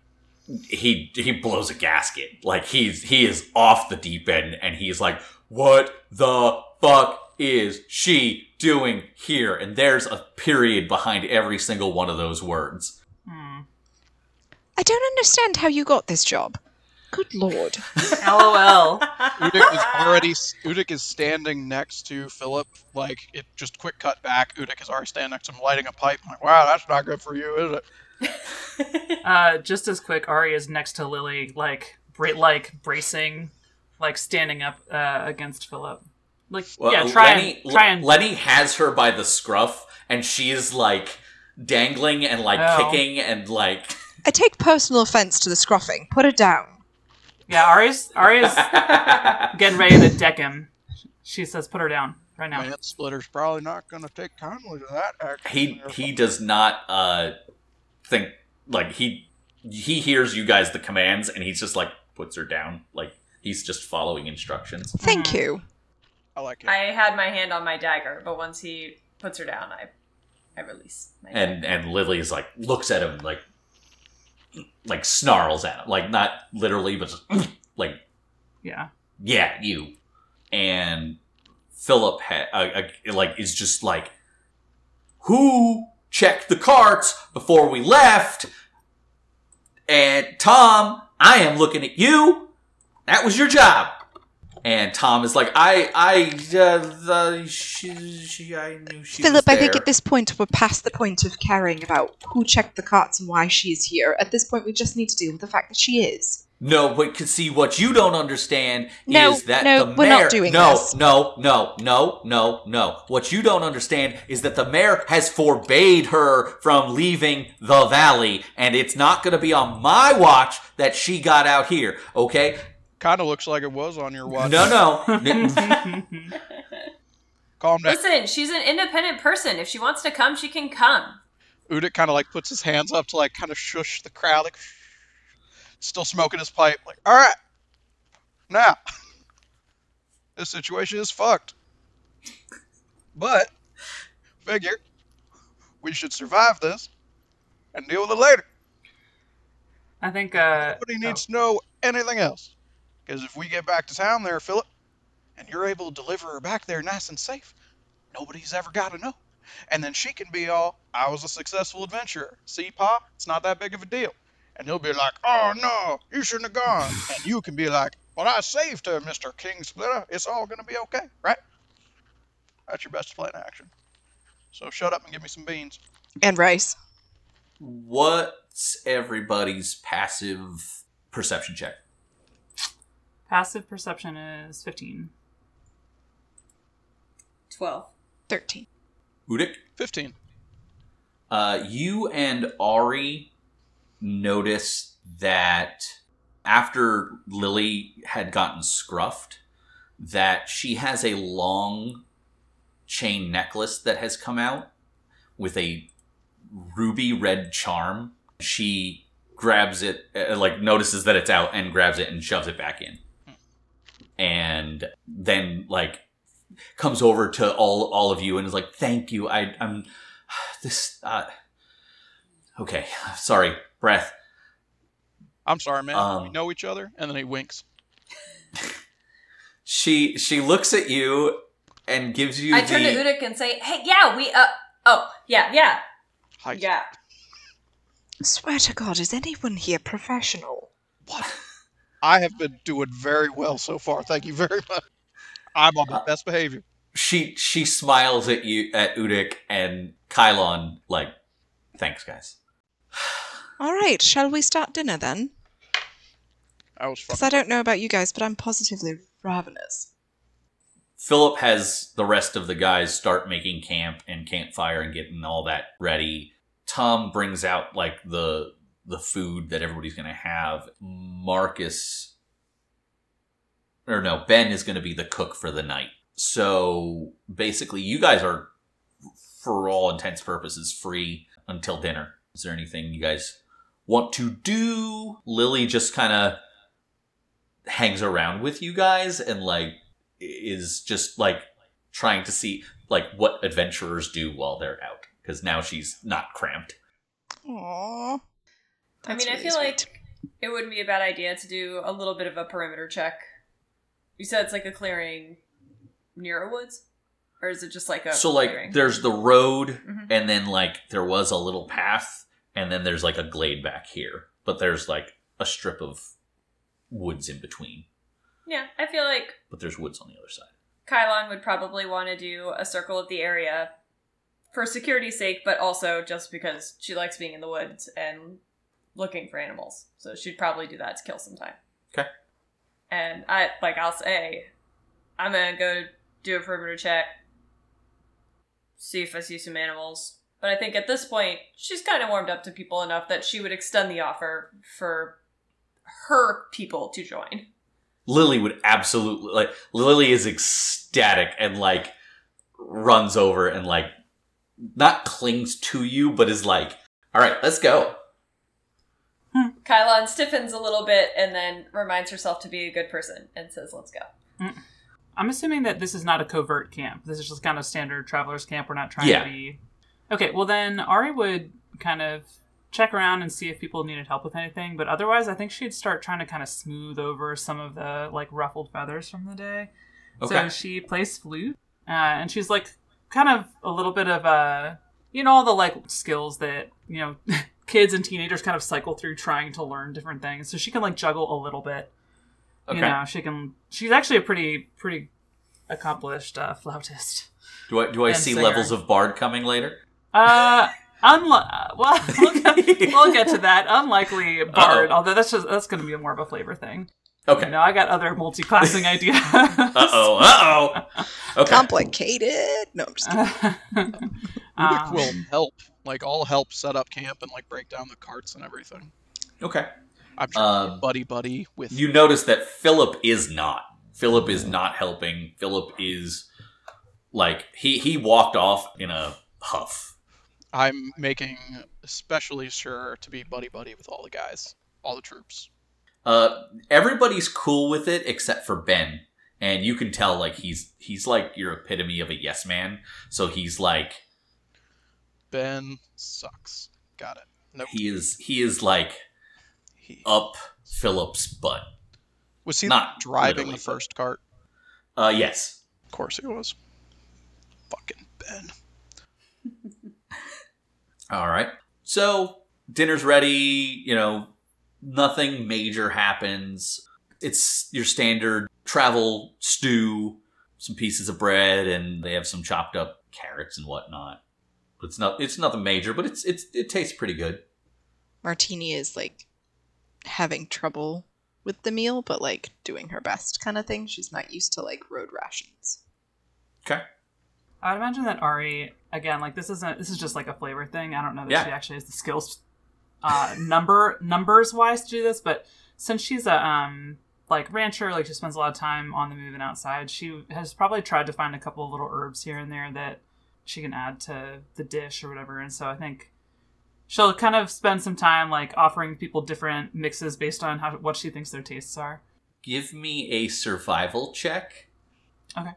Speaker 1: He he blows a gasket. Like he's he is off the deep end, and he's like, "What the fuck is she doing here?" And there's a period behind every single one of those words.
Speaker 3: Hmm.
Speaker 4: I don't understand how you got this job. Good lord.
Speaker 3: LOL.
Speaker 2: Udyk is already Udyk is standing next to Philip. Like it just quick cut back. Udyk is already standing next to him, lighting a pipe. I'm like, wow, that's not good for you, is it?
Speaker 3: Uh, just as quick, Arya's next to Lily, like bra- like bracing, like standing up uh, against Philip. Like yeah, try
Speaker 1: Lenny,
Speaker 3: and try and
Speaker 1: Lenny has her by the scruff, and she's like dangling and like
Speaker 3: Oh.
Speaker 1: kicking and like.
Speaker 4: I take personal offense to the scruffing. Put it down.
Speaker 3: yeah. Arya's Arya's getting ready to deck him. She says, "Put her down right now."
Speaker 2: Man, Splitter's probably not going to take kindly to that. Actually,
Speaker 1: he he does not uh think like he he hears you guys the commands and he's just like puts her down like he's just following instructions
Speaker 4: Thank
Speaker 3: Mhm.
Speaker 4: you.
Speaker 2: I like it.
Speaker 5: I had my hand on my dagger, but once he puts her down, I, I release my
Speaker 1: and and lily is like looks at him like like snarls at him like not literally but just, like
Speaker 3: Yeah.
Speaker 1: yeah you and philip ha- uh, uh, like is just like who checked the carts before we left and tom i am looking at you that was your job and tom is like i i uh, the, she, she i knew she was
Speaker 4: Philip, I think
Speaker 1: there."
Speaker 4: at this point we're past the point of caring about who checked the carts and why she's here. At this point, we just need to deal with the fact that she is.
Speaker 1: No, but could see what you don't understand
Speaker 4: No,
Speaker 1: is that
Speaker 4: no,
Speaker 1: the mayor.
Speaker 4: we're not doing
Speaker 1: no,
Speaker 4: this.
Speaker 1: no, no, no, no, no. What you don't understand is that the mayor has forbade her from leaving the valley, and it's not going to be on my watch that she got out here. Okay?
Speaker 2: Kind of looks like it was on your watch.
Speaker 1: No, no. N-
Speaker 2: Calm down.
Speaker 5: Listen, she's an independent person. If she wants to come, she can come.
Speaker 2: Udyk kind of like puts his hands up to like kind of shush the crowd, like still smoking his pipe. Like, all right, now this situation is fucked, but figure we should survive this and deal with it later.
Speaker 3: I think uh,
Speaker 2: Nobody needs to know anything else, because if we get back to town there, Philip, and you're able to deliver her back there nice and safe, nobody's ever got to know. And then she can be all, I was a successful adventurer. See, Pa, it's not that big of a deal. And he'll be like, oh no, you shouldn't have gone. And you can be like, well, I saved her, Mr. King Splitter. It's all going to be okay, right? That's your best plan of action. So shut up and give me some beans.
Speaker 4: And Rice.
Speaker 1: What's everybody's passive perception check?
Speaker 3: passive perception is fifteen.
Speaker 5: Twelve.
Speaker 4: 13.
Speaker 1: Udik?
Speaker 2: 15.
Speaker 1: Uh, you and Ari notice that after Lily had gotten scruffed that she has a long chain necklace that has come out with a ruby red charm. She grabs it, uh, like notices that it's out and grabs it and shoves it back in. And then like comes over to all all of you and is like, "Thank you. I I'm this uh okay, sorry. Breath.
Speaker 2: I'm sorry, man. we
Speaker 1: Um,
Speaker 2: know each other, and then he winks.
Speaker 1: She she looks at you and gives you
Speaker 5: I
Speaker 1: the
Speaker 5: turn to Udic and say, "Hey, yeah, we uh, oh, yeah, yeah,
Speaker 2: Hi.
Speaker 5: yeah."
Speaker 4: Swear to God, is anyone here professional?
Speaker 2: What? I have been doing very well so far. Thank you very much. I'm on
Speaker 1: Uh,
Speaker 2: my best behavior.
Speaker 1: she she smiles at you at Udic and Kylon like, "Thanks, guys."
Speaker 4: All right, shall we start dinner then?
Speaker 2: I was
Speaker 4: Because
Speaker 2: fucking.
Speaker 4: I don't know about you guys, but I'm positively ravenous.
Speaker 1: Philip has the rest of the guys start making camp and campfire and getting all that ready. Tom brings out like the the food that everybody's going to have. Marcus or no, Ben is going to be the cook for the night. So basically you guys are for all intents and purposes free until dinner. Is there anything you guys want to do? Lily just kind of hangs around with you guys and like is just like trying to see like what adventurers do while they're out because now she's not cramped.
Speaker 4: Aww.
Speaker 5: I mean, I feel like it wouldn't be a bad idea to do a little bit of a perimeter check. You said it's like a clearing near a woods, or is it just like a
Speaker 1: so like
Speaker 5: clearing?
Speaker 1: there's the road
Speaker 5: Mhm.
Speaker 1: and then like there was a little path and then there's like a glade back here, but there's like a strip of woods in between,
Speaker 5: yeah, I feel like
Speaker 1: but there's woods on the other side.
Speaker 5: Kylon would probably want to do a circle of the area for security's sake, but also just because she likes being in the woods and looking for animals. So she'd probably do that to kill some time.
Speaker 1: Okay.
Speaker 5: And I like I'll say, I'm gonna go do a perimeter check, see if I see some animals. But I think at this point, she's kind of warmed up to people enough that she would extend the offer for her people to join.
Speaker 1: Lily would absolutely like Lily is ecstatic and like runs over and like not clings to you but is like, "All right, let's go."
Speaker 5: Kylon stiffens a little bit and then reminds herself to be a good person and says, "Let's go."
Speaker 3: I'm assuming that this is not a covert camp. This is just kind of standard travelers camp. We're not trying
Speaker 1: Yeah.
Speaker 3: to be. Okay, well then Ari would kind of check around and see if people needed help with anything, but otherwise, I think she'd start trying to kind of smooth over some of the like ruffled feathers from the day.
Speaker 1: Okay.
Speaker 3: So she plays flute, uh, and she's like kind of a little bit of a you know all the like skills that you know kids and teenagers kind of cycle through trying to learn different things. So she can like juggle a little bit
Speaker 1: Okay.
Speaker 3: you know she can she's actually a pretty pretty accomplished uh, flautist
Speaker 1: Do I do I
Speaker 3: and
Speaker 1: see
Speaker 3: singer.
Speaker 1: levels of bard coming later?
Speaker 3: uh unli- well we'll get, we'll get to that unlikely bard
Speaker 1: Uh-oh.
Speaker 3: although that's just that's gonna be more of a flavor thing you
Speaker 1: Okay.
Speaker 3: know i got other multi-classing ideas
Speaker 1: Uh oh. Uh oh. Okay.
Speaker 4: Complicated. No, I'm just kidding.
Speaker 3: Uh,
Speaker 2: Udyk
Speaker 5: Ah.
Speaker 3: Um,
Speaker 2: will help. Like, I'll help set up camp and like break down the carts and everything.
Speaker 1: Okay.
Speaker 2: I'm trying to
Speaker 1: Um,
Speaker 2: be buddy buddy with
Speaker 1: you notice that Philip is not. Philip is not helping. Philip is like he he walked off in a huff.
Speaker 2: I'm making especially sure to be buddy buddy with all the guys, all the troops.
Speaker 1: Uh, everybody's cool with it except for Ben, and you can tell like he's he's like your epitome of a yes man. So he's like
Speaker 2: Ben sucks. Got it. Nope.
Speaker 1: he is he is like
Speaker 2: He,
Speaker 1: up Philip's butt.
Speaker 2: was he
Speaker 1: Uh, not
Speaker 2: driving
Speaker 1: literally,
Speaker 2: the
Speaker 1: but-
Speaker 2: first cart?
Speaker 1: Uh, yes.
Speaker 2: Of course he was. Fucking Ben.
Speaker 1: All right. So dinner's ready. You know, nothing major happens. It's your standard travel stew, some pieces of bread, and they have some chopped up carrots and whatnot. It's not. It's nothing major, but it's it's it tastes pretty good.
Speaker 4: Martini is like having trouble with the meal, but like doing her best kind of thing. She's not used to like road rations.
Speaker 1: Okay.
Speaker 3: I would imagine that Ari again, like this isn't this is just like a flavor thing. I don't know that
Speaker 1: Yeah.
Speaker 3: she actually has the skills uh number numbers wise to do this, but since she's a um like rancher, like she spends a lot of time on the move and outside, she has probably tried to find a couple of little herbs here and there that she can add to the dish or whatever. And so I think she'll kind of spend some time like offering people different mixes based on how what she thinks their tastes are.
Speaker 1: Give me a survival check.
Speaker 3: Uh,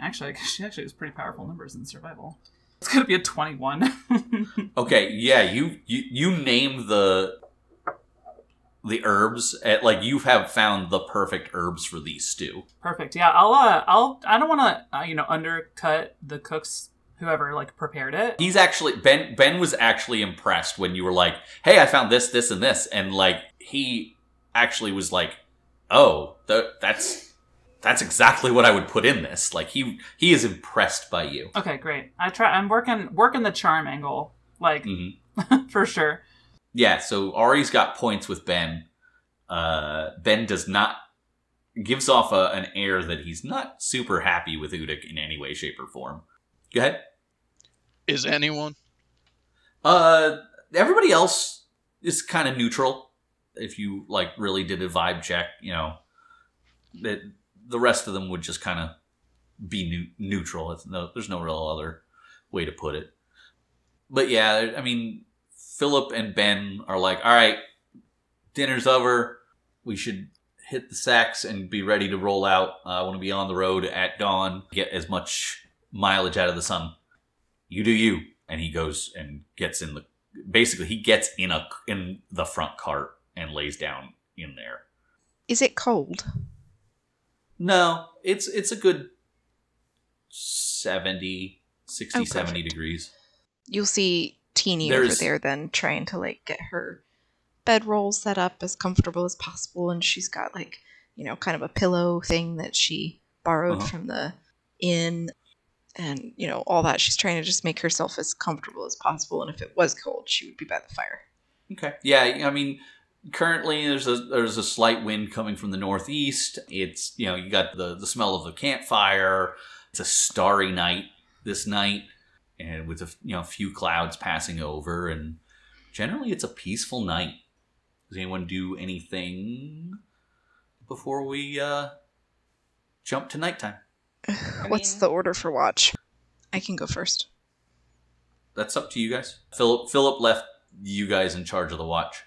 Speaker 3: actually, she actually has pretty powerful numbers in survival. It's gonna be a twenty-one.
Speaker 1: Okay, yeah, you you, you name the the herbs at, like you have found the perfect herbs for these stew.
Speaker 3: Perfect. Yeah, I'll. Uh, I'll. I don't want to, uh, you know, undercut the cooks, whoever like prepared it.
Speaker 1: He's actually Ben Ben was actually impressed when you were like, "Hey, I found this, this and this." And like he actually was like, "Oh, th- that's that's exactly what I would put in this." Like he he is impressed by you.
Speaker 3: Okay, great. I try. I'm working working the charm angle, like
Speaker 1: Mhm.
Speaker 3: for sure.
Speaker 1: Yeah, so Ari's got points with Ben. Uh, ben does not gives off a, an air that he's not super happy with Udic in any way, shape, or form. Go ahead.
Speaker 2: Is anyone?
Speaker 1: Uh, everybody else is kind of neutral. If you like, really did a vibe check, you know, that the rest of them would just kind of be neu- neutral. It's no, there's no real other way to put it. But yeah, I mean, Philip and Ben are like, all right, dinner's over. We should hit the sacks and be ready to roll out. Uh, I want to be on the road at dawn, get as much mileage out of the sun. You do you. And he goes and gets in the basically he gets in a in the front cart and lays down in there.
Speaker 4: Is it cold?
Speaker 1: No, it's it's a good 70 60
Speaker 4: Oh,
Speaker 1: 70
Speaker 4: perfect.
Speaker 1: degrees.
Speaker 4: You'll see Teeny over
Speaker 1: There's-
Speaker 4: there then trying to like get her bedroll set up as comfortable as possible, and she's got like you know kind of a pillow thing that she borrowed
Speaker 1: Uh-huh.
Speaker 4: from the inn, and you know all that. She's trying to just make herself as comfortable as possible, and if it was cold, she would be by the fire.
Speaker 1: Okay. Yeah, I mean, currently there's a there's a slight wind coming from the northeast. It's you know you got the the smell of the campfire. It's a starry night this night, and with a f- you know a few clouds passing over, and generally it's a peaceful night. Does anyone do anything before we uh, jump to nighttime?
Speaker 4: What's
Speaker 5: mean-
Speaker 4: the order for watch? I can go first.
Speaker 1: That's up to you guys. Philip Philip left you guys in charge of the watch.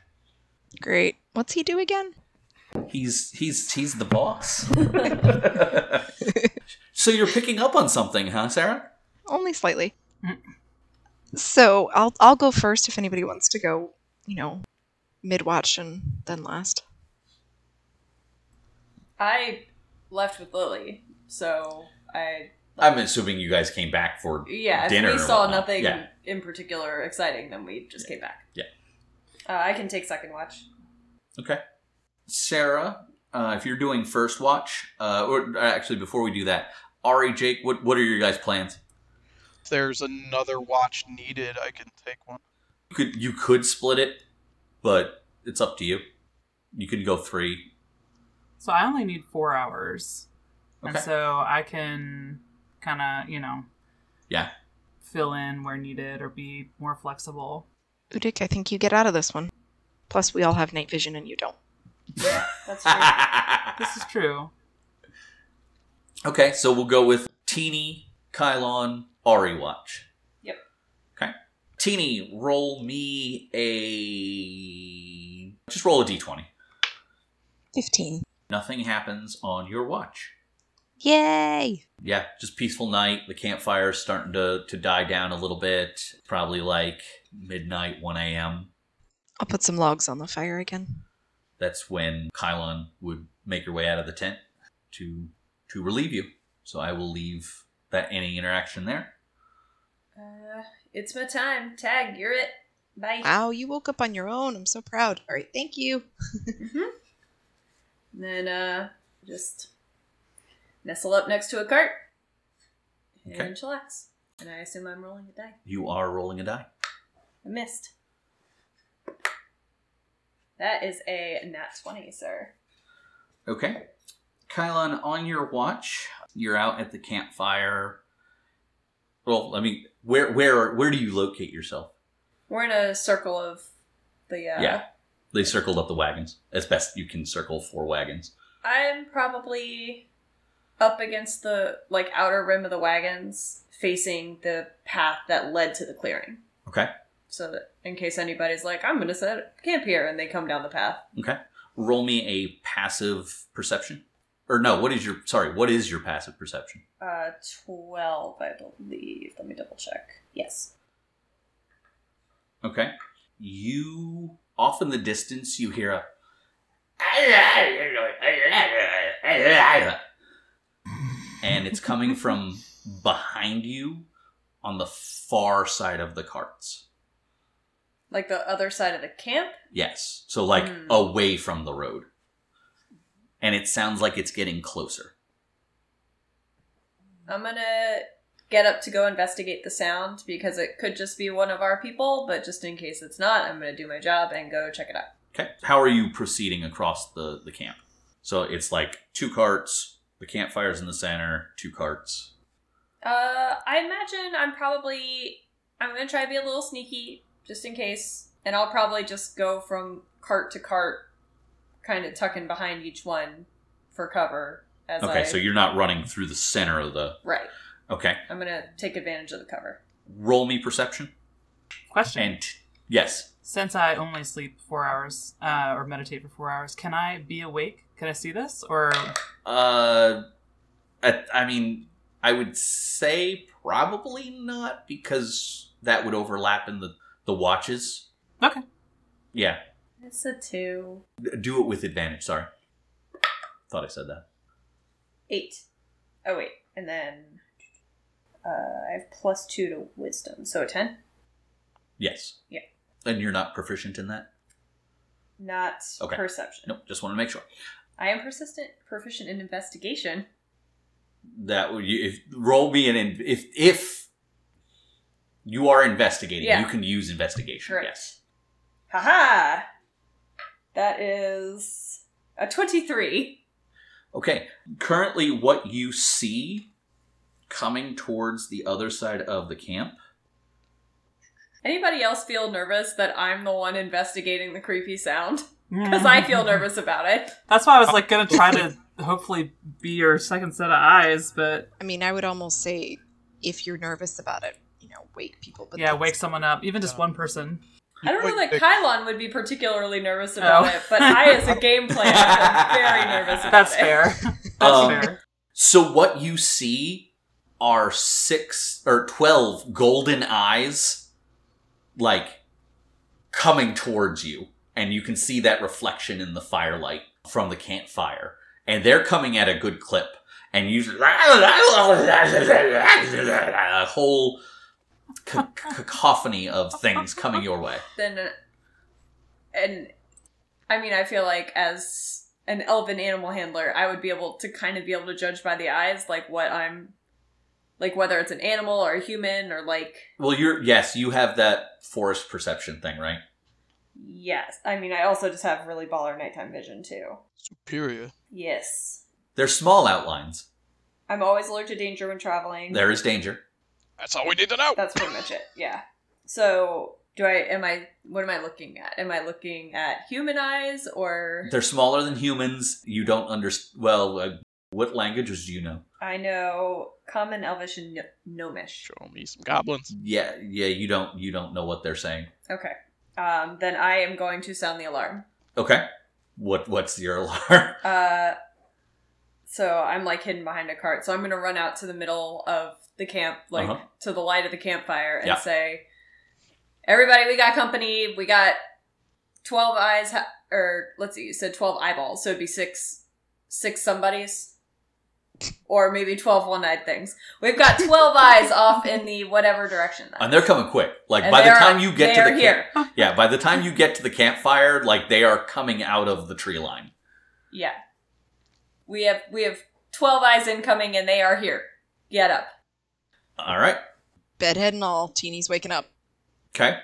Speaker 4: Great. What's he do again?
Speaker 1: He's he's he's the boss. so you're picking up on something, huh, Sarah?
Speaker 4: Only slightly.
Speaker 3: Mm.
Speaker 4: So I'll I'll go first if anybody wants to go, you know, mid watch and then last.
Speaker 5: I left with Lily, so I
Speaker 1: I'm assuming you guys came back for
Speaker 5: yeah.
Speaker 1: Dinner
Speaker 5: if we
Speaker 1: or
Speaker 5: saw
Speaker 1: whatnot,
Speaker 5: nothing
Speaker 1: yeah.
Speaker 5: in particular exciting, then we just came back.
Speaker 1: Yeah.
Speaker 5: Uh, I can take second watch.
Speaker 1: okay. Sarah, uh, if you're doing first watch, uh, or uh, actually before we do that, Ari, Jake, what what are your guys' plans?
Speaker 2: If there's another watch needed, I can take one.
Speaker 1: You could you could split it, but it's up to you. You could go three.
Speaker 3: So I only need four hours, and
Speaker 1: Okay.
Speaker 3: so I can kind of you know,
Speaker 1: Yeah.
Speaker 3: fill in where needed or be more flexible.
Speaker 4: Udik, I think you get out of this one. Plus we all have night vision and you don't.
Speaker 5: That's true.
Speaker 3: This is true.
Speaker 1: okay, so we'll go with Teeny, Kylon, Ari watch.
Speaker 5: Yep.
Speaker 1: Okay. Teeny, roll me a just roll a d twenty.
Speaker 4: Fifteen.
Speaker 1: Nothing happens on your watch.
Speaker 4: Yay!
Speaker 1: yeah, just peaceful night. The campfire's starting to to die down a little bit. Probably like midnight, one a.m.
Speaker 4: I'll put some logs on the fire again.
Speaker 1: That's when Kylon would make her way out of the tent to to relieve you. So I will leave that any interaction there.
Speaker 5: Uh, it's my time. Tag, you're it. Bye.
Speaker 4: Wow, you woke up on your own. I'm so proud. Alright, thank you.
Speaker 5: Mm-hmm. And then uh, just nestle up next to a cart and
Speaker 1: Okay.
Speaker 5: chillax. And I assume I'm rolling a die.
Speaker 1: You are rolling a die.
Speaker 5: I missed. That is a nat 20, sir.
Speaker 1: Okay. Kylon, on your watch, you're out at the campfire. Well, I mean, where where where do you locate yourself?
Speaker 5: We're in a circle of the uh,
Speaker 1: Yeah. They circled up the wagons as best you can circle four wagons.
Speaker 5: I'm probably up against the like outer rim of the wagons, facing the path that led to the clearing.
Speaker 1: Okay.
Speaker 5: So that in case anybody's like, I'm gonna set up camp here, and they come down the path.
Speaker 1: Okay. Roll me a passive perception. Or no, what is your sorry, what is your passive perception?
Speaker 5: Uh, twelve, I believe. Let me double check. Yes.
Speaker 1: Okay. You off in the distance you hear a and it's coming from behind you on the far side of the carts.
Speaker 5: Like the other side of the camp.
Speaker 1: Yes. So like
Speaker 5: Hmm.
Speaker 1: away from the road. And it sounds like it's getting closer.
Speaker 5: I'm gonna get up to go investigate the sound because it could just be one of our people, but just in case it's not, I'm gonna do my job and go check it out.
Speaker 1: Okay. How are you proceeding across the, the camp? So it's like two carts, the campfire's in the center, two carts.
Speaker 5: Uh, I imagine I'm probably I'm gonna try to be a little sneaky just in case, and I'll probably just go from cart to cart, kind of tucking behind each one for cover. As
Speaker 1: Okay,
Speaker 5: I,
Speaker 1: so you're not running through the center of the.
Speaker 5: right.
Speaker 1: Okay.
Speaker 5: I'm gonna take advantage of the cover.
Speaker 1: Roll me perception.
Speaker 3: Question.
Speaker 1: And yes.
Speaker 3: Since I only sleep four hours uh, or meditate for four hours, can I be awake? Can I see this? Or
Speaker 1: Uh, I, I mean, I would say probably not because that would overlap in the, the watches.
Speaker 3: Okay.
Speaker 1: Yeah.
Speaker 5: It's a two,
Speaker 1: Do it with advantage. Sorry. Thought I said that.
Speaker 5: eight. Oh wait, and then uh, I have plus two to wisdom, so a ten.
Speaker 1: Yes.
Speaker 5: Yeah.
Speaker 1: And you're not proficient in that?
Speaker 5: Not
Speaker 1: Okay.
Speaker 5: perception.
Speaker 1: Nope. Just want to make sure.
Speaker 5: I am persistent, proficient in investigation.
Speaker 1: that would you if roll me an in, if if you are investigating
Speaker 5: Yeah.
Speaker 1: you can use investigation
Speaker 5: Correct.
Speaker 1: yes
Speaker 5: Haha! That is a 23.
Speaker 1: okay currently what you see coming towards the other side of the camp
Speaker 5: Anybody else feel nervous that I'm the one investigating the creepy sound? Because I feel nervous about it.
Speaker 3: That's why I was like gonna try to hopefully be your second set of eyes, but
Speaker 4: I mean, I would almost say if you're nervous about it, you know, wake people. But
Speaker 3: yeah,
Speaker 4: that's-
Speaker 3: wake someone up, even just
Speaker 2: Yeah.
Speaker 3: one person.
Speaker 5: I don't know
Speaker 2: Wait,
Speaker 5: that
Speaker 2: Vic.
Speaker 5: Kylon would be particularly nervous about
Speaker 3: Oh.
Speaker 5: it, but I, as a game player, am very nervous about
Speaker 3: That's
Speaker 5: it.
Speaker 3: fair. That's
Speaker 1: Um,
Speaker 3: fair.
Speaker 1: so what you see are six or 12 golden eyes like coming towards you and you can see that reflection in the firelight from the campfire and they're coming at a good clip and you a whole ca- cacophony of things coming your way
Speaker 5: Then, and I mean, I feel like as an elven animal handler, I would be able to kind of be able to judge by the eyes, like what I'm, like whether it's an animal or a human or like
Speaker 1: well you're yes you have that forest perception thing right
Speaker 5: Yes. I mean, I also just have really baller nighttime vision, too.
Speaker 2: Superior.
Speaker 5: Yes.
Speaker 1: they're small outlines
Speaker 5: I'm always alert to danger when traveling.
Speaker 1: there is danger
Speaker 2: That's all we need to know.
Speaker 5: That's pretty much it. Yeah. So, do I, am I, what am I looking at? Am I looking at human eyes or
Speaker 1: They're smaller than humans. You don't understand. Well, uh, what languages do you know?
Speaker 5: I know common elvish and Gn- gnomish?
Speaker 2: Show me some goblins.
Speaker 1: Yeah, yeah. You don't. You don't know what they're saying.
Speaker 5: Okay. Um, then I am going to sound the alarm.
Speaker 1: Okay. What? What's your alarm?
Speaker 5: Uh, so I'm like hidden behind a cart. So I'm gonna run out to the middle of the camp, like
Speaker 1: Uh-huh.
Speaker 5: to the light of the campfire, and
Speaker 1: Yeah.
Speaker 5: say, "Everybody, we got company. We got twelve eyes, ha- or let's see, you said twelve eyeballs, so it'd be six, six somebodies, or maybe 12 one-eyed things. We've got twelve eyes off in the whatever direction. That
Speaker 1: And they're coming quick. Like
Speaker 5: And
Speaker 1: by the
Speaker 5: they're-
Speaker 1: time you get
Speaker 5: they
Speaker 1: to the
Speaker 5: are
Speaker 1: camp,
Speaker 5: here.
Speaker 1: yeah, by the time you get to the campfire, like they are coming out of the tree line.
Speaker 5: Yeah, we have we have twelve eyes incoming, and they are here. Get up.
Speaker 1: All right.
Speaker 4: bedhead and all. Teeny's waking up.
Speaker 1: Okay.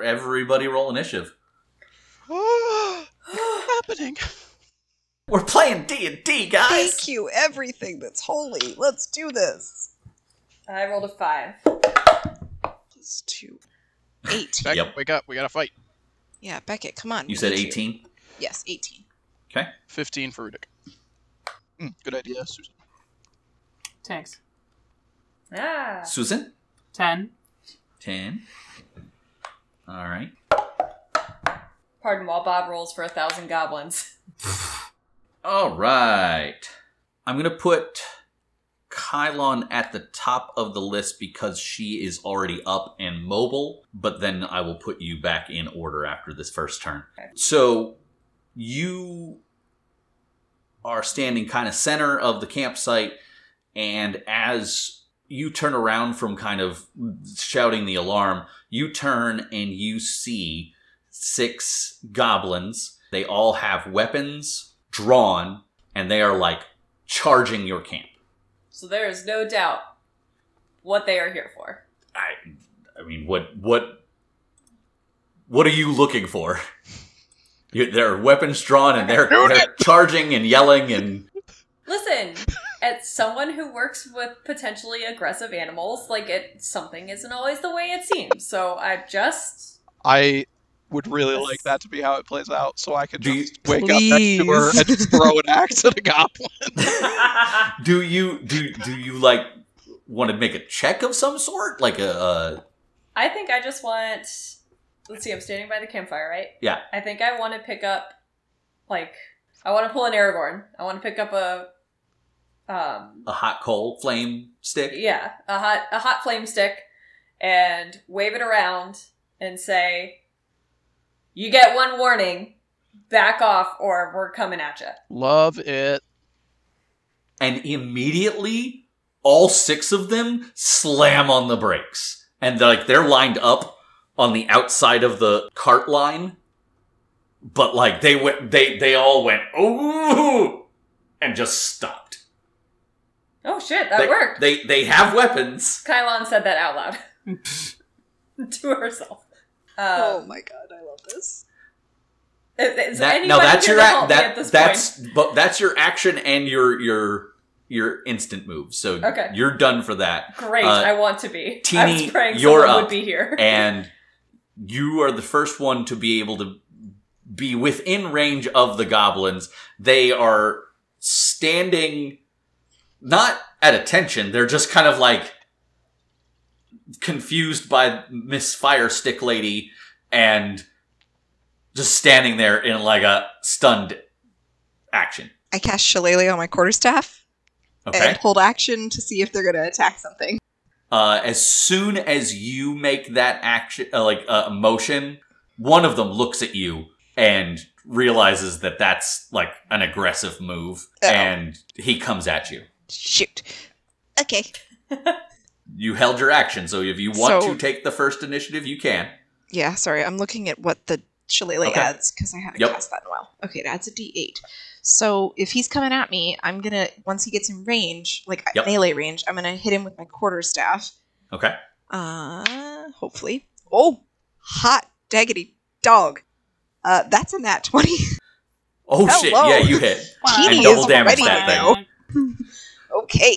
Speaker 1: Everybody, roll initiative.
Speaker 2: happening.
Speaker 1: We're playing D and D, guys.
Speaker 4: Thank you, everything that's holy. Let's do this.
Speaker 5: I rolled a five.
Speaker 4: Plus two, eight.
Speaker 2: Beck,
Speaker 1: Yep.
Speaker 2: wake up. We gotta fight.
Speaker 4: Yeah, Beckett, come on.
Speaker 1: You
Speaker 4: I
Speaker 1: said
Speaker 4: need
Speaker 1: 18?
Speaker 4: Yes, 18.
Speaker 1: Okay.
Speaker 2: 15 for Udic. Mm, good idea, Susan.
Speaker 3: Thanks.
Speaker 5: Yeah.
Speaker 1: Susan?
Speaker 3: Ten.
Speaker 1: 10. All right.
Speaker 5: Pardon while Bob rolls for a thousand goblins.
Speaker 1: All right. I'm going to put Kylon at the top of the list because she is already up and mobile, but then I will put you back in order after this first turn.
Speaker 5: Okay.
Speaker 1: So you are standing kind of center of the campsite, and as you turn around from kind of shouting the alarm, you turn and you see six goblins. They all have weapons drawn, and they are like charging your camp.
Speaker 5: So there is no doubt what they are here for.
Speaker 1: I, I mean, what, what, what are you looking for? You, there are weapons drawn, and they're, they're charging and yelling, and
Speaker 5: Listen, as someone who works with potentially aggressive animals, like it something isn't always the way it seems. So I just
Speaker 2: I would really like that to be how it plays out, so I could
Speaker 1: Do you-
Speaker 2: just wake up next to her
Speaker 4: Please.
Speaker 2: and just throw an axe at a goblin.
Speaker 1: do you do do you like want to make a check of some sort, like a, uh
Speaker 5: I think I just want let's see, I'm standing by the campfire, right?
Speaker 1: Yeah.
Speaker 5: I think I want to pick up like I want to pull an Aragorn. I want to pick up a um
Speaker 1: a hot coal flame stick?
Speaker 5: yeah, a hot a hot flame stick and wave it around and say you get one warning. Back off or we're coming at you.
Speaker 2: Love it.
Speaker 1: and immediately all six of them slam on the brakes and they're, like they're lined up on the outside of the cart line but like they went they they all went ooh and just stopped
Speaker 5: Oh shit, that
Speaker 1: they,
Speaker 5: worked.
Speaker 1: they they have weapons
Speaker 5: Kylon said that out loud to herself. Um,
Speaker 4: oh my god, I love this.
Speaker 5: is
Speaker 1: That-
Speaker 5: anybody
Speaker 1: no that's
Speaker 5: here
Speaker 1: your
Speaker 5: to
Speaker 1: ac
Speaker 5: help me at
Speaker 1: that
Speaker 5: this
Speaker 1: that's but that's your action and your your your instant move so
Speaker 5: Okay.
Speaker 1: you're done for that
Speaker 5: point? Great,
Speaker 1: uh,
Speaker 5: I want to be. I
Speaker 1: Teeny,
Speaker 5: was praying
Speaker 1: you're
Speaker 5: someone
Speaker 1: up.
Speaker 5: would be here.
Speaker 1: and you are the first one to be able to be within range of the goblins. They are standing not at attention, they're just kind of like confused by Miss Fire Stick Lady and just standing there in like a stunned action.
Speaker 4: I cast Shillelagh on my quarterstaff
Speaker 1: Okay.
Speaker 4: and hold action to see if they're going to attack something.
Speaker 1: uh, as soon as you make that action, uh, like uh, motion, one of them looks at you and realizes that that's like an aggressive move,
Speaker 4: Oh.
Speaker 1: and he comes at you.
Speaker 4: Shoot. Okay.
Speaker 1: You held your action, so if you want
Speaker 4: So-
Speaker 1: to take the first initiative, you can.
Speaker 4: Yeah, sorry. I'm looking at what the Shillelagh
Speaker 1: Okay.
Speaker 4: adds because I haven't
Speaker 1: Yep.
Speaker 4: cast that in a while. Okay, it adds a d8. So if he's coming at me, I'm going to, once he gets in range, like uh,
Speaker 1: Yep.
Speaker 4: melee range, I'm going to hit him with my quarterstaff.
Speaker 1: Okay,
Speaker 4: Uh, hopefully. Oh, hot daggedy dog. Uh, that's a nat 20.
Speaker 1: Oh
Speaker 4: Hello.
Speaker 1: shit! Yeah, you hit.
Speaker 4: Teeny
Speaker 1: And double damage
Speaker 4: ready
Speaker 1: that
Speaker 4: now.
Speaker 1: thing.
Speaker 4: okay.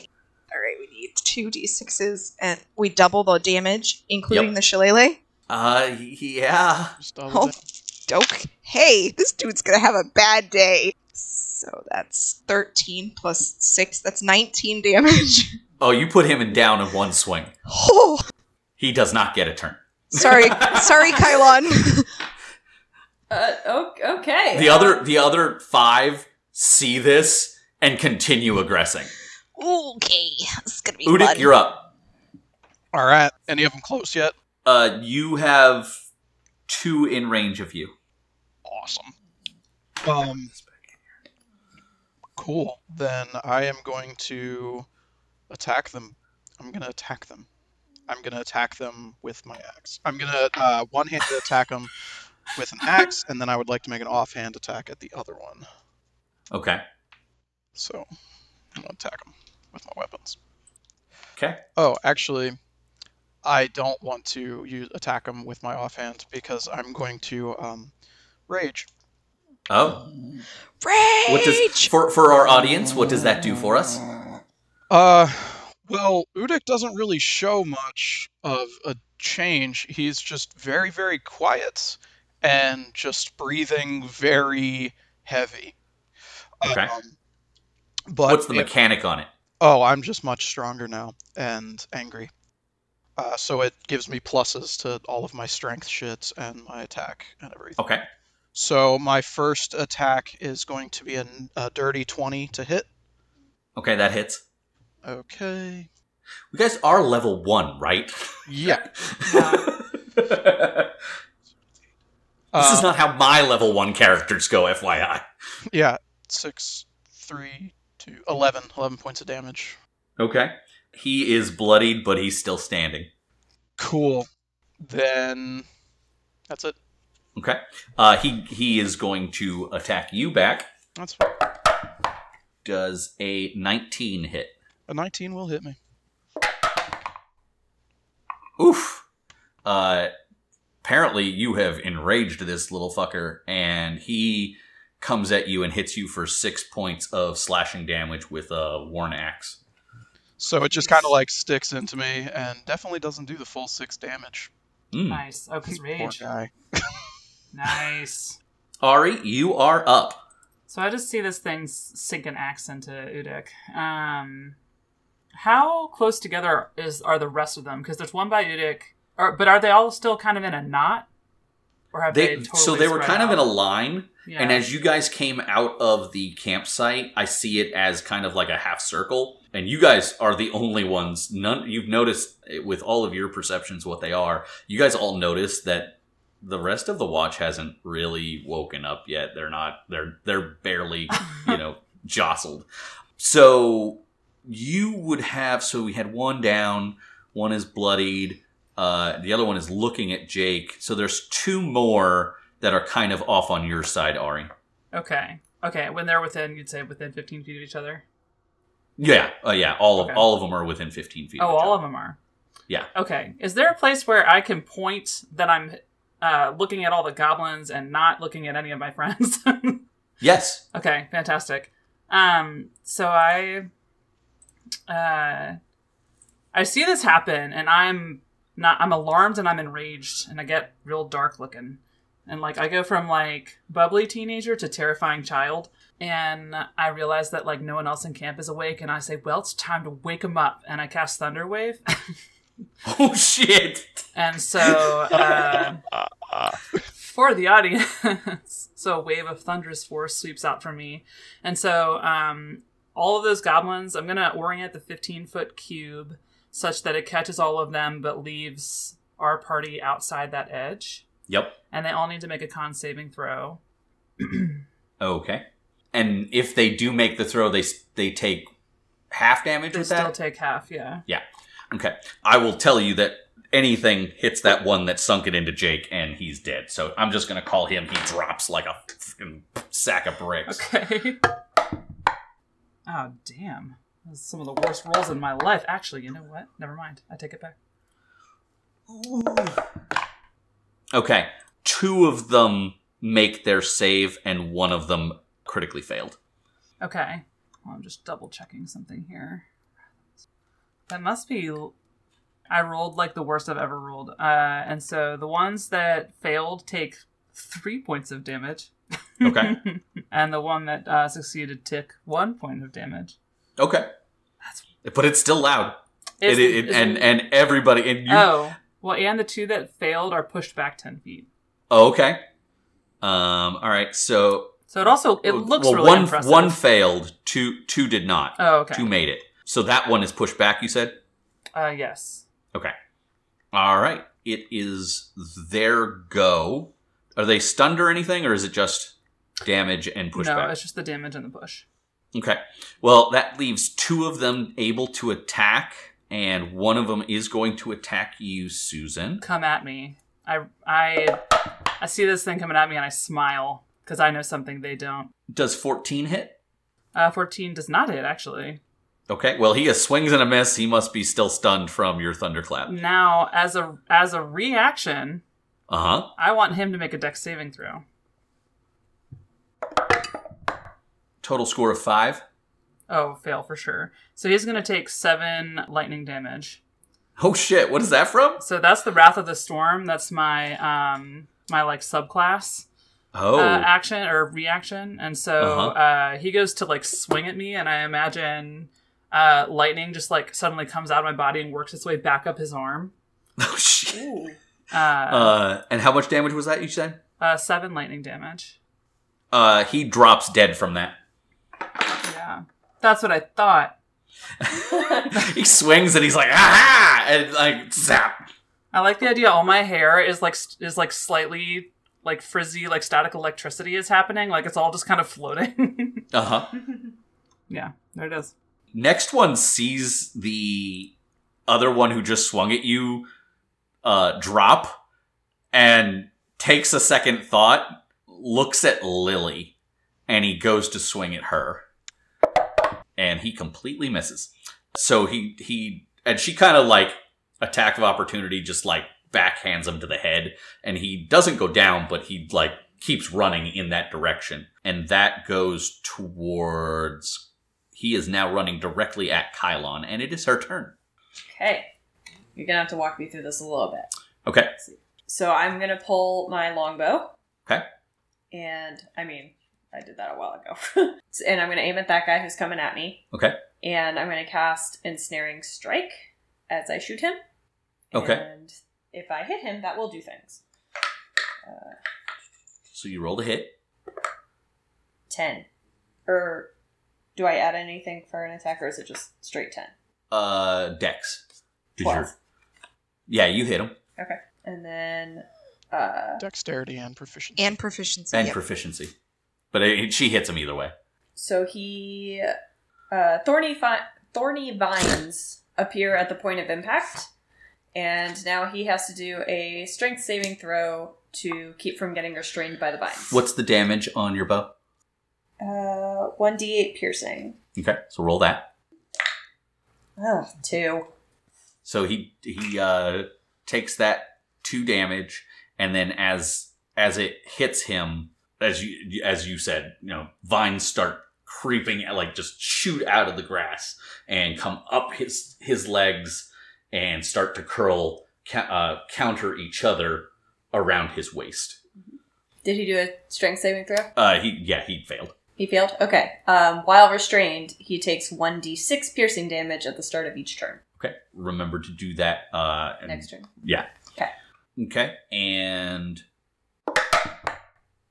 Speaker 4: All right, we need two d6s, and we double the damage, including the shillelagh.
Speaker 1: Uh, yeah.
Speaker 2: Just double
Speaker 4: Oh,
Speaker 2: down.
Speaker 4: doke. Hey, this dude's gonna have a bad day. So that's 13 plus 6. That's 19 damage.
Speaker 1: Oh, you put him in down in one swing.
Speaker 4: oh,
Speaker 1: He does not get a turn.
Speaker 4: sorry. sorry, Kylon.
Speaker 5: uh, o- okay.
Speaker 1: The other, the other five see this and continue aggressing.
Speaker 4: okay, this is gonna be
Speaker 1: Udik,
Speaker 4: fun.
Speaker 1: you're up.
Speaker 2: All right. Any of them close yet?
Speaker 1: Uh, you have two in range of you.
Speaker 2: Awesome. Um, cool. Then I am going to attack them. I'm going to attack them. I'm going to attack them with my axe. I'm going to uh, one handed attack them with an axe, and then I would like to make an offhand attack at the other one.
Speaker 1: Okay.
Speaker 2: So I'm going to attack them with my weapons.
Speaker 1: Okay.
Speaker 2: Oh, actually, I don't want to use, attack them with my offhand because I'm going to um, rage.
Speaker 1: Oh,
Speaker 4: Rage!
Speaker 1: what does for for our audience? What does that do for us?
Speaker 2: Uh, well, Udyk doesn't really show much of a change. He's just very, very quiet and just breathing very heavy.
Speaker 1: Okay.
Speaker 2: Um, but
Speaker 1: What's the
Speaker 2: it-
Speaker 1: mechanic on it?
Speaker 2: oh, I'm just much stronger now and angry. Uh, so it gives me pluses to all of my strength shits and my attack and everything.
Speaker 1: Okay.
Speaker 2: So my first attack is going to be a, a dirty 20 to hit.
Speaker 1: Okay, that hits.
Speaker 2: Okay.
Speaker 1: You guys are level one, right?
Speaker 2: Yeah.
Speaker 1: this
Speaker 2: uh,
Speaker 1: is not how my level one characters go, FYI.
Speaker 2: Yeah, six, three, two, 11. 11 points of damage.
Speaker 1: Okay. He is bloodied, but he's still standing.
Speaker 2: Cool. Then that's it.
Speaker 1: Okay. Uh, he he is going to attack you back.
Speaker 2: That's fine.
Speaker 1: Does a 19 hit?
Speaker 2: A 19 will hit me.
Speaker 1: Oof. Uh, apparently, you have enraged this little fucker, and he comes at you and hits you for six points of slashing damage with a worn axe.
Speaker 2: So it just kind of like sticks into me and definitely doesn't do the full six damage.
Speaker 1: Mm.
Speaker 3: Nice. Oh, because
Speaker 2: Poor
Speaker 3: rage.
Speaker 2: guy.
Speaker 3: Nice.
Speaker 1: Ari, you are up.
Speaker 3: So I just see this thing s- sink an axe into Udyk. Um, how close together is are the rest of them? Because there's one by Udyk, or, but are they all still kind of in a knot? Or have
Speaker 1: They,
Speaker 3: they? totally
Speaker 1: so they were
Speaker 3: spread
Speaker 1: kind of
Speaker 3: out?
Speaker 1: in a line,
Speaker 3: Yeah.
Speaker 1: and as you guys came out of the campsite, I see it as kind of like a half circle. And you guys are the only ones. None you've noticed eh, with all of your perceptions what they are. You guys all notice that the rest of the watch hasn't really woken up yet. They're not. They're they're barely you know, jostled. So you would have. So we had one down. One is bloodied. Uh, the other one is looking at Jake. So there's two more that are kind of off on your side, Ari.
Speaker 3: okay. Okay. When they're within, you'd say within 15 feet of each other.
Speaker 1: Yeah, uh, yeah. All of
Speaker 3: Okay.
Speaker 1: all of them are within 15 feet.
Speaker 3: Oh, all of
Speaker 1: them.
Speaker 3: them are.
Speaker 1: Yeah.
Speaker 3: Okay. Is there a place where I can point that I'm uh, looking at all the goblins and not looking at any of my friends?
Speaker 1: Yes.
Speaker 3: Okay, fantastic. Um, so I, uh, I see this happen, and I'm not. I'm alarmed and I'm enraged, and I get real dark looking, and like I go from like bubbly teenager to terrifying child, and I realize that like no one else in camp is awake, and I say, "Well, it's time to wake them up," and I cast Thunderwave,
Speaker 1: Oh shit.
Speaker 3: and so. Uh, for the audience. so a wave of thunderous force sweeps out from me. And so um, all of those goblins, I'm going to orient the 15 foot cube such that it catches all of them but leaves our party outside that edge.
Speaker 1: Yep.
Speaker 3: And they all need to make a con saving throw.
Speaker 1: Okay. And if they do make the throw, they s- they take half damage
Speaker 3: They
Speaker 1: with
Speaker 3: still
Speaker 1: that.
Speaker 3: take half, yeah.
Speaker 1: Okay. I will tell you that anything hits that one that sunk it into Jake and he's dead. So I'm just going to call him. He drops like a fucking sack of bricks.
Speaker 3: Okay. oh, damn. That's some of the worst rolls in my life. Actually, you know what? Never mind. I take it back.
Speaker 1: Okay. Two of them make their save and one of them critically failed.
Speaker 3: Okay. Well, I'm just double checking something here. That must be. I rolled like the worst I've ever rolled. Uh, and so the ones that failed take three points of damage.
Speaker 1: Okay.
Speaker 3: and the one that uh, succeeded took one point of damage.
Speaker 1: okay. But it's still loud.
Speaker 3: Is-
Speaker 1: It, it,
Speaker 3: is-
Speaker 1: and and everybody and you
Speaker 3: oh well, and the two that failed are pushed back ten feet.
Speaker 1: Oh, okay. Um all right. So
Speaker 3: So it also it looks
Speaker 1: Oh, well,
Speaker 3: really
Speaker 1: one
Speaker 3: impressive.
Speaker 1: one failed, two two did not.
Speaker 3: Oh, okay.
Speaker 1: Two made it. So that one is pushed back, you said?
Speaker 3: Uh, yes.
Speaker 1: All right. It is their go. Are they stunned or anything, or is it just damage and
Speaker 3: no,
Speaker 1: pushback?
Speaker 3: it's just the damage in the bush.
Speaker 1: okay. Well, that leaves two of them able to attack, and one of them is going to attack you, Susan.
Speaker 3: come at me. I I I see this thing coming at me and I smile because I know something they don't.
Speaker 1: Does 14 hit?
Speaker 3: Uh, 14 does not hit actually.
Speaker 1: Okay. Well, he is swings and a miss. He must be still stunned from your thunderclap.
Speaker 3: Mm. Now as a as a reaction,
Speaker 1: Uh huh.
Speaker 3: I want him to make a dex saving throw.
Speaker 1: Total score of five.
Speaker 3: Oh, fail for sure. So he's going to take 7 lightning damage.
Speaker 1: Oh shit! What is that from?
Speaker 3: So that's the wrath of the storm. That's my um my like subclass
Speaker 1: Oh,
Speaker 3: uh, action or reaction, and so uh he goes to like swing at me, and I imagine uh, lightning just like suddenly comes out of my body and works its way back up his arm.
Speaker 1: oh shit.
Speaker 5: Ooh.
Speaker 3: Uh,
Speaker 1: Uh, and how much damage was that? You said.
Speaker 3: uh, seven lightning damage.
Speaker 1: Uh, he drops dead from that.
Speaker 3: Yeah, that's what I thought.
Speaker 1: he swings and he's like, aha! And like, zap.
Speaker 3: I like the idea. All my hair is like st- is like slightly like frizzy, like static electricity is happening. Like it's all just kind of floating.
Speaker 1: Uh huh.
Speaker 3: yeah, there it is.
Speaker 1: Next one sees the other one who just swung at you uh, drop and takes a second thought, looks at Lily, and he goes to swing at her. And he completely misses. So he, he, and she kind of like attack of opportunity, just like backhands him to the head. and he doesn't go down, but he like keeps running in that direction, and that goes towards. He is now running directly at Kylon, and it is her turn.
Speaker 5: Okay. You're gonna have to walk me through this a little bit.
Speaker 1: Okay,
Speaker 5: So I'm gonna pull my longbow.
Speaker 1: Okay.
Speaker 5: And I mean, I did that a while ago. and I'm gonna aim at that guy who's coming at me.
Speaker 1: Okay.
Speaker 5: And I'm gonna cast ensnaring strike as I shoot him.
Speaker 1: Okay.
Speaker 5: And if I hit him, that will do things.
Speaker 1: so you roll a hit.
Speaker 5: Ten. Or do I add anything for an attack, or is it just straight ten?
Speaker 1: Uh, Dex. Did you-
Speaker 5: Twelve.
Speaker 1: Yeah, you hit him
Speaker 5: And then, uh,
Speaker 2: Dexterity and proficiency.
Speaker 4: and proficiency.
Speaker 1: and
Speaker 4: yep.
Speaker 1: proficiency, but it, she hits him either way.
Speaker 5: so he, uh, thorny fi- thorny vines appear at the point of impact, and now he has to do a strength saving throw to keep from getting restrained by the vines.
Speaker 1: What's the damage on your bow?
Speaker 5: Uh, one d eight piercing.
Speaker 1: Okay, so roll that.
Speaker 5: Oh, two.
Speaker 1: So he he uh, takes that two damage, and then as as it hits him, as you as you said, you know, vines start creeping, like just shoot out of the grass and come up his his legs and start to curl ca- uh, counter each other around his waist.
Speaker 5: Did he do a strength saving throw?
Speaker 1: Uh, he yeah he failed.
Speaker 5: He failed. Okay. Um, while restrained, he takes one d six piercing damage at the start of each turn.
Speaker 1: Okay, remember to do that uh, and-
Speaker 5: Next turn.
Speaker 1: Yeah.
Speaker 5: Okay.
Speaker 1: Okay. And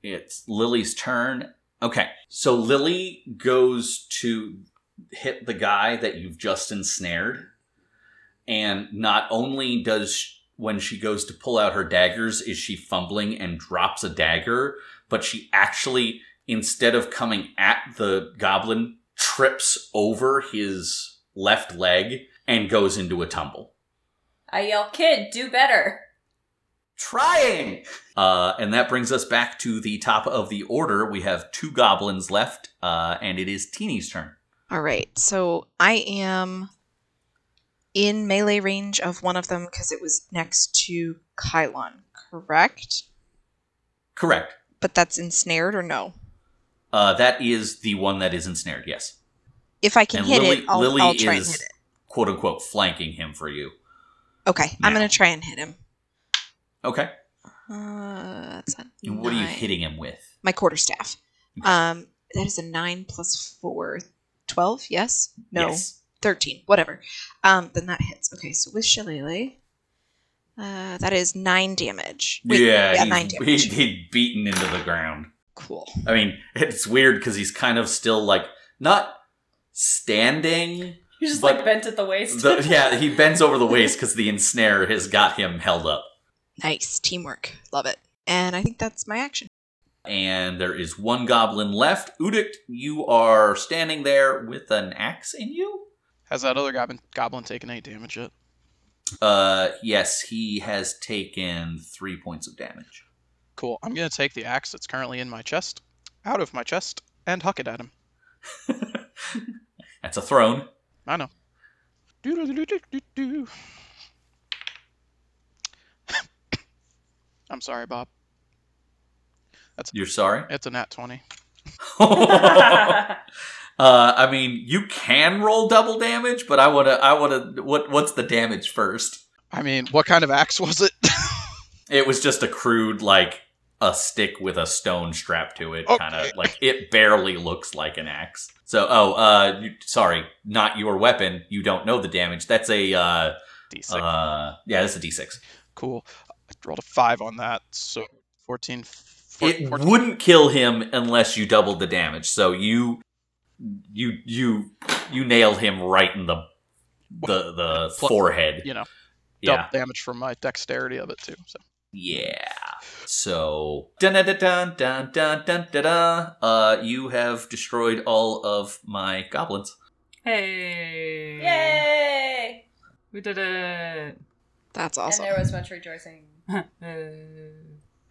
Speaker 1: it's Lily's turn. Okay. So Lily goes to hit the guy that you've just ensnared. And not only does when she goes to pull out her daggers is she fumbling and drops a dagger, but she actually instead of coming at the goblin trips over his left leg and goes into a tumble.
Speaker 5: I yell, "Kid, do better!"
Speaker 1: trying. Uh, and that brings us back to the top of the order. We have two goblins left, uh, and it is Teeny's turn.
Speaker 4: All right, so I am in melee range of one of them because it was next to Kylon, correct?
Speaker 1: Correct.
Speaker 4: But that's ensnared or no?
Speaker 1: Uh, that is the one that is ensnared. Yes,
Speaker 4: If I can
Speaker 1: And
Speaker 4: hit
Speaker 1: Lily-
Speaker 4: it, I'll,
Speaker 1: Lily
Speaker 4: I'll try
Speaker 1: is-
Speaker 4: and hit it.
Speaker 1: quote unquote, flanking him for you.
Speaker 4: Okay, I'm
Speaker 1: now.
Speaker 4: gonna try and hit him.
Speaker 1: Okay.
Speaker 4: Uh, that's a
Speaker 1: And what are you
Speaker 4: nine.
Speaker 1: hitting him with?
Speaker 4: My quarterstaff. Um, that is a nine plus four. 12, yes? No.
Speaker 1: Yes.
Speaker 4: 13, whatever. Um, then that hits. Okay, so with Shillelagh, uh, that is nine damage. Wait,
Speaker 1: yeah,
Speaker 4: nine
Speaker 1: he's, he,
Speaker 4: damage.
Speaker 1: he'd beaten into the ground.
Speaker 4: Cool.
Speaker 1: I mean, it's weird because he's kind of still like not standing.
Speaker 5: He's just
Speaker 1: But
Speaker 5: like bent at the waist.
Speaker 1: The, yeah, he bends over the waist because the ensnare has got him held up.
Speaker 4: Nice teamwork. Love it. And I think that's my action.
Speaker 1: and there is one goblin left. Udict, you are standing there with an axe in you.
Speaker 2: Has that other goblin, goblin taken any damage yet?
Speaker 1: Uh, yes, he has taken three points of damage.
Speaker 2: Cool. I'm gonna take the axe that's currently in my chest, out of my chest, and huck it at him.
Speaker 1: That's a throne.
Speaker 2: I know. Doo-doo-doo-doo-doo-doo. I'm sorry, Bob.
Speaker 1: You're sorry.
Speaker 2: It's a nat 20.
Speaker 1: uh, I mean, you can roll double damage, but I wanna, I wanna. What, what's the damage first?
Speaker 2: I mean, what kind of axe was it?
Speaker 1: It was just a crude like a stick with a stone strapped to it,
Speaker 2: Okay.
Speaker 1: kind of like it barely looks like an axe. So, oh, uh, you, sorry, not your weapon. You don't know the damage. That's a, uh,
Speaker 2: D6.
Speaker 1: uh yeah, that's a d6.
Speaker 2: cool. I rolled a five on that, so 14. four-
Speaker 1: It
Speaker 2: 14
Speaker 1: wouldn't kill him unless you doubled the damage. So you, you, you, you nailed him right in the the the
Speaker 2: Fl-
Speaker 1: forehead.
Speaker 2: you know, double
Speaker 1: Yeah.
Speaker 2: damage from my dexterity of it too. So
Speaker 1: Yeah. So dun dun dun dun dun dun dun. dun. Uh, you have destroyed all of my goblins.
Speaker 3: Hey!
Speaker 5: Yay!
Speaker 3: We did it!
Speaker 4: That's awesome.
Speaker 5: And there was much rejoicing.
Speaker 3: Uh,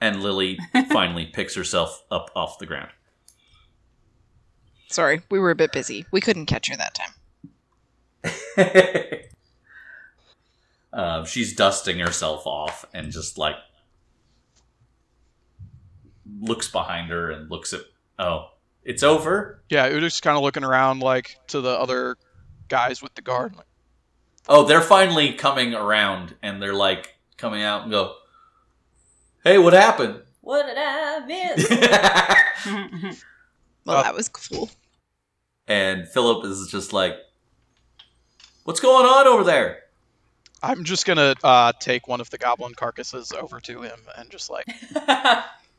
Speaker 1: And Lily finally picks herself up off the ground.
Speaker 4: Sorry, we were a bit busy. We couldn't catch her that time.
Speaker 1: um, she's dusting herself off and just like looks behind her and looks at. Oh, it's over.
Speaker 2: yeah, Uduk's kind of looking around like to the other guys with the guard. Like,
Speaker 1: Oh, they're finally coming around and they're like coming out and go. Hey, what happened?
Speaker 5: What did I miss?
Speaker 4: Well,
Speaker 1: Oh.
Speaker 2: Uh,
Speaker 4: that was cool.
Speaker 1: and Philip is just like, "What's going on over there?"
Speaker 2: I'm just gonna uh, take one of the goblin carcasses over to him and just like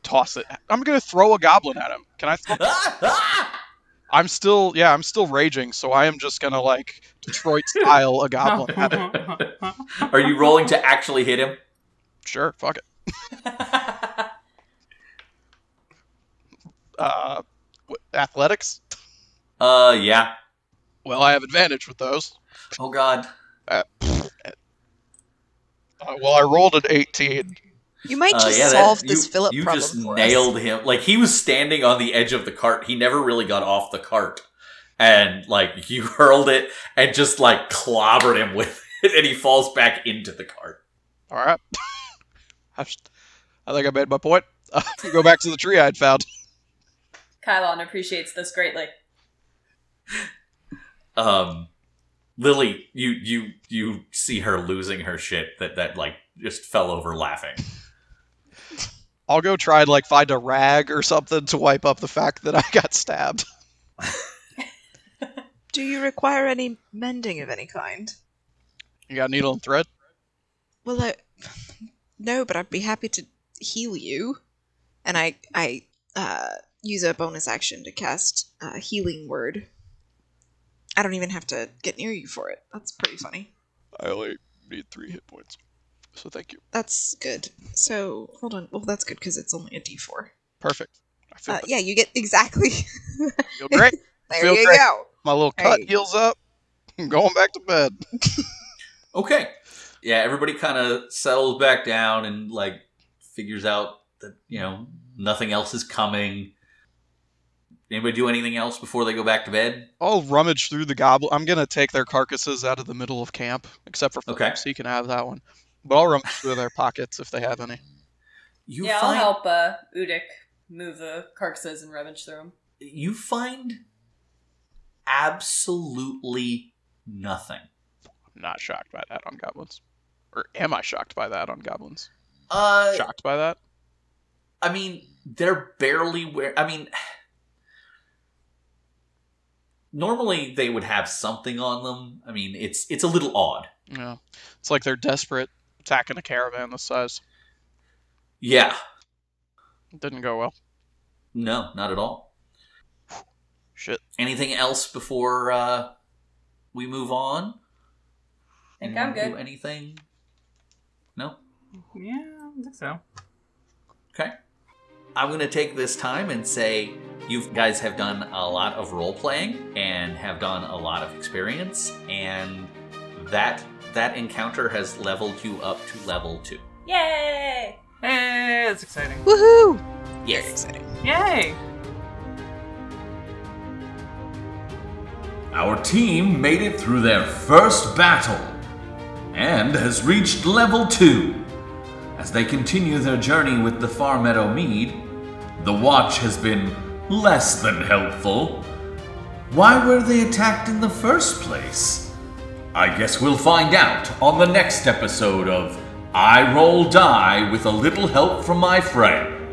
Speaker 2: toss it. I'm gonna throw a goblin at him. Can I? Throw-
Speaker 1: Ah, ah!
Speaker 2: I'm still yeah, I'm still raging, so I am just gonna like Detroit style a goblin at him.
Speaker 1: Are you rolling to actually hit him?
Speaker 2: Sure, fuck it. Uh, w- athletics.
Speaker 1: Uh, yeah.
Speaker 2: Well, I have advantage with those.
Speaker 1: Oh God.
Speaker 2: Uh, well, I rolled an 18.
Speaker 4: You might
Speaker 1: Uh,
Speaker 4: just
Speaker 1: yeah, that-
Speaker 4: solve this
Speaker 1: you,
Speaker 4: Philip
Speaker 1: you
Speaker 4: problem.
Speaker 1: just
Speaker 4: for us.
Speaker 1: nailed him. Like he was standing on the edge of the cart. He never really got off the cart, and like you hurled it and just like clobbered him with it, and he falls back into the cart.
Speaker 2: All right. I just- I think I made my point. go back to the tree I'd found.
Speaker 5: Kylon appreciates this greatly.
Speaker 1: um lily you you you see her losing her shit that that like just fell over laughing
Speaker 2: I'll go try and like find a rag or something to wipe up the fact that I got stabbed.
Speaker 4: Do you require any mending of any kind?
Speaker 2: You got needle and thread?
Speaker 4: Well, I, no, but I'd be happy to heal you. And I, I uh, use a bonus action to cast uh, healing word. I don't even have to get near you for it. That's pretty funny.
Speaker 2: I only need three hit points, so thank you.
Speaker 4: That's good. So hold on. Well, that's good because it's only a D4.
Speaker 2: Perfect. I feel,
Speaker 4: Uh, yeah, you get exactly.
Speaker 2: feel great.
Speaker 4: there
Speaker 2: Feel
Speaker 4: you
Speaker 2: great.
Speaker 4: go.
Speaker 2: My little cut
Speaker 4: Hey.
Speaker 2: heals up. I'm going back to bed.
Speaker 1: okay yeah everybody kind of settles back down and like figures out that you know nothing else is coming anybody do anything else before they go back to bed
Speaker 2: I'll rummage through the goblin. I'm gonna take their carcasses out of the middle of camp, except for Phillips.
Speaker 1: Okay.
Speaker 2: He can have that one. But I'll rummage through their pockets if they have any.
Speaker 1: you
Speaker 5: yeah, I'll
Speaker 1: find
Speaker 5: help uh, Udyk move the carcasses and rummage through them.
Speaker 1: you find absolutely nothing
Speaker 2: I'm not shocked by that on goblins, or am I shocked by that on goblins?
Speaker 1: uh
Speaker 2: Shocked by that?
Speaker 1: I mean, they're barely where. I mean, normally they would have something on them. I mean, it's it's a little odd.
Speaker 2: Yeah. It's like they're desperate attacking a caravan this size.
Speaker 1: Yeah.
Speaker 2: It didn't go well.
Speaker 1: No, not at all.
Speaker 2: Shit.
Speaker 1: Anything else before uh, we move on?
Speaker 5: Think I'm
Speaker 1: Anyone
Speaker 5: good.
Speaker 1: Do anything? No.
Speaker 3: yeah, I think so.
Speaker 1: Okay. I'm going to take this time and say you guys have done a lot of role playing and have done a lot of experience and that that encounter has leveled you up to level 2.
Speaker 5: Yay!
Speaker 3: Hey, that's exciting.
Speaker 4: Woohoo! Very
Speaker 1: Yes.
Speaker 4: exciting.
Speaker 3: Yay!
Speaker 6: Our team made it through their first battle and has reached level 2. As they continue their journey with the Far Meadow Mead, the watch has been less than helpful. Why were they attacked in the first place? I guess we'll find out on the next episode of I Roll Die with a Little Help from My Friend.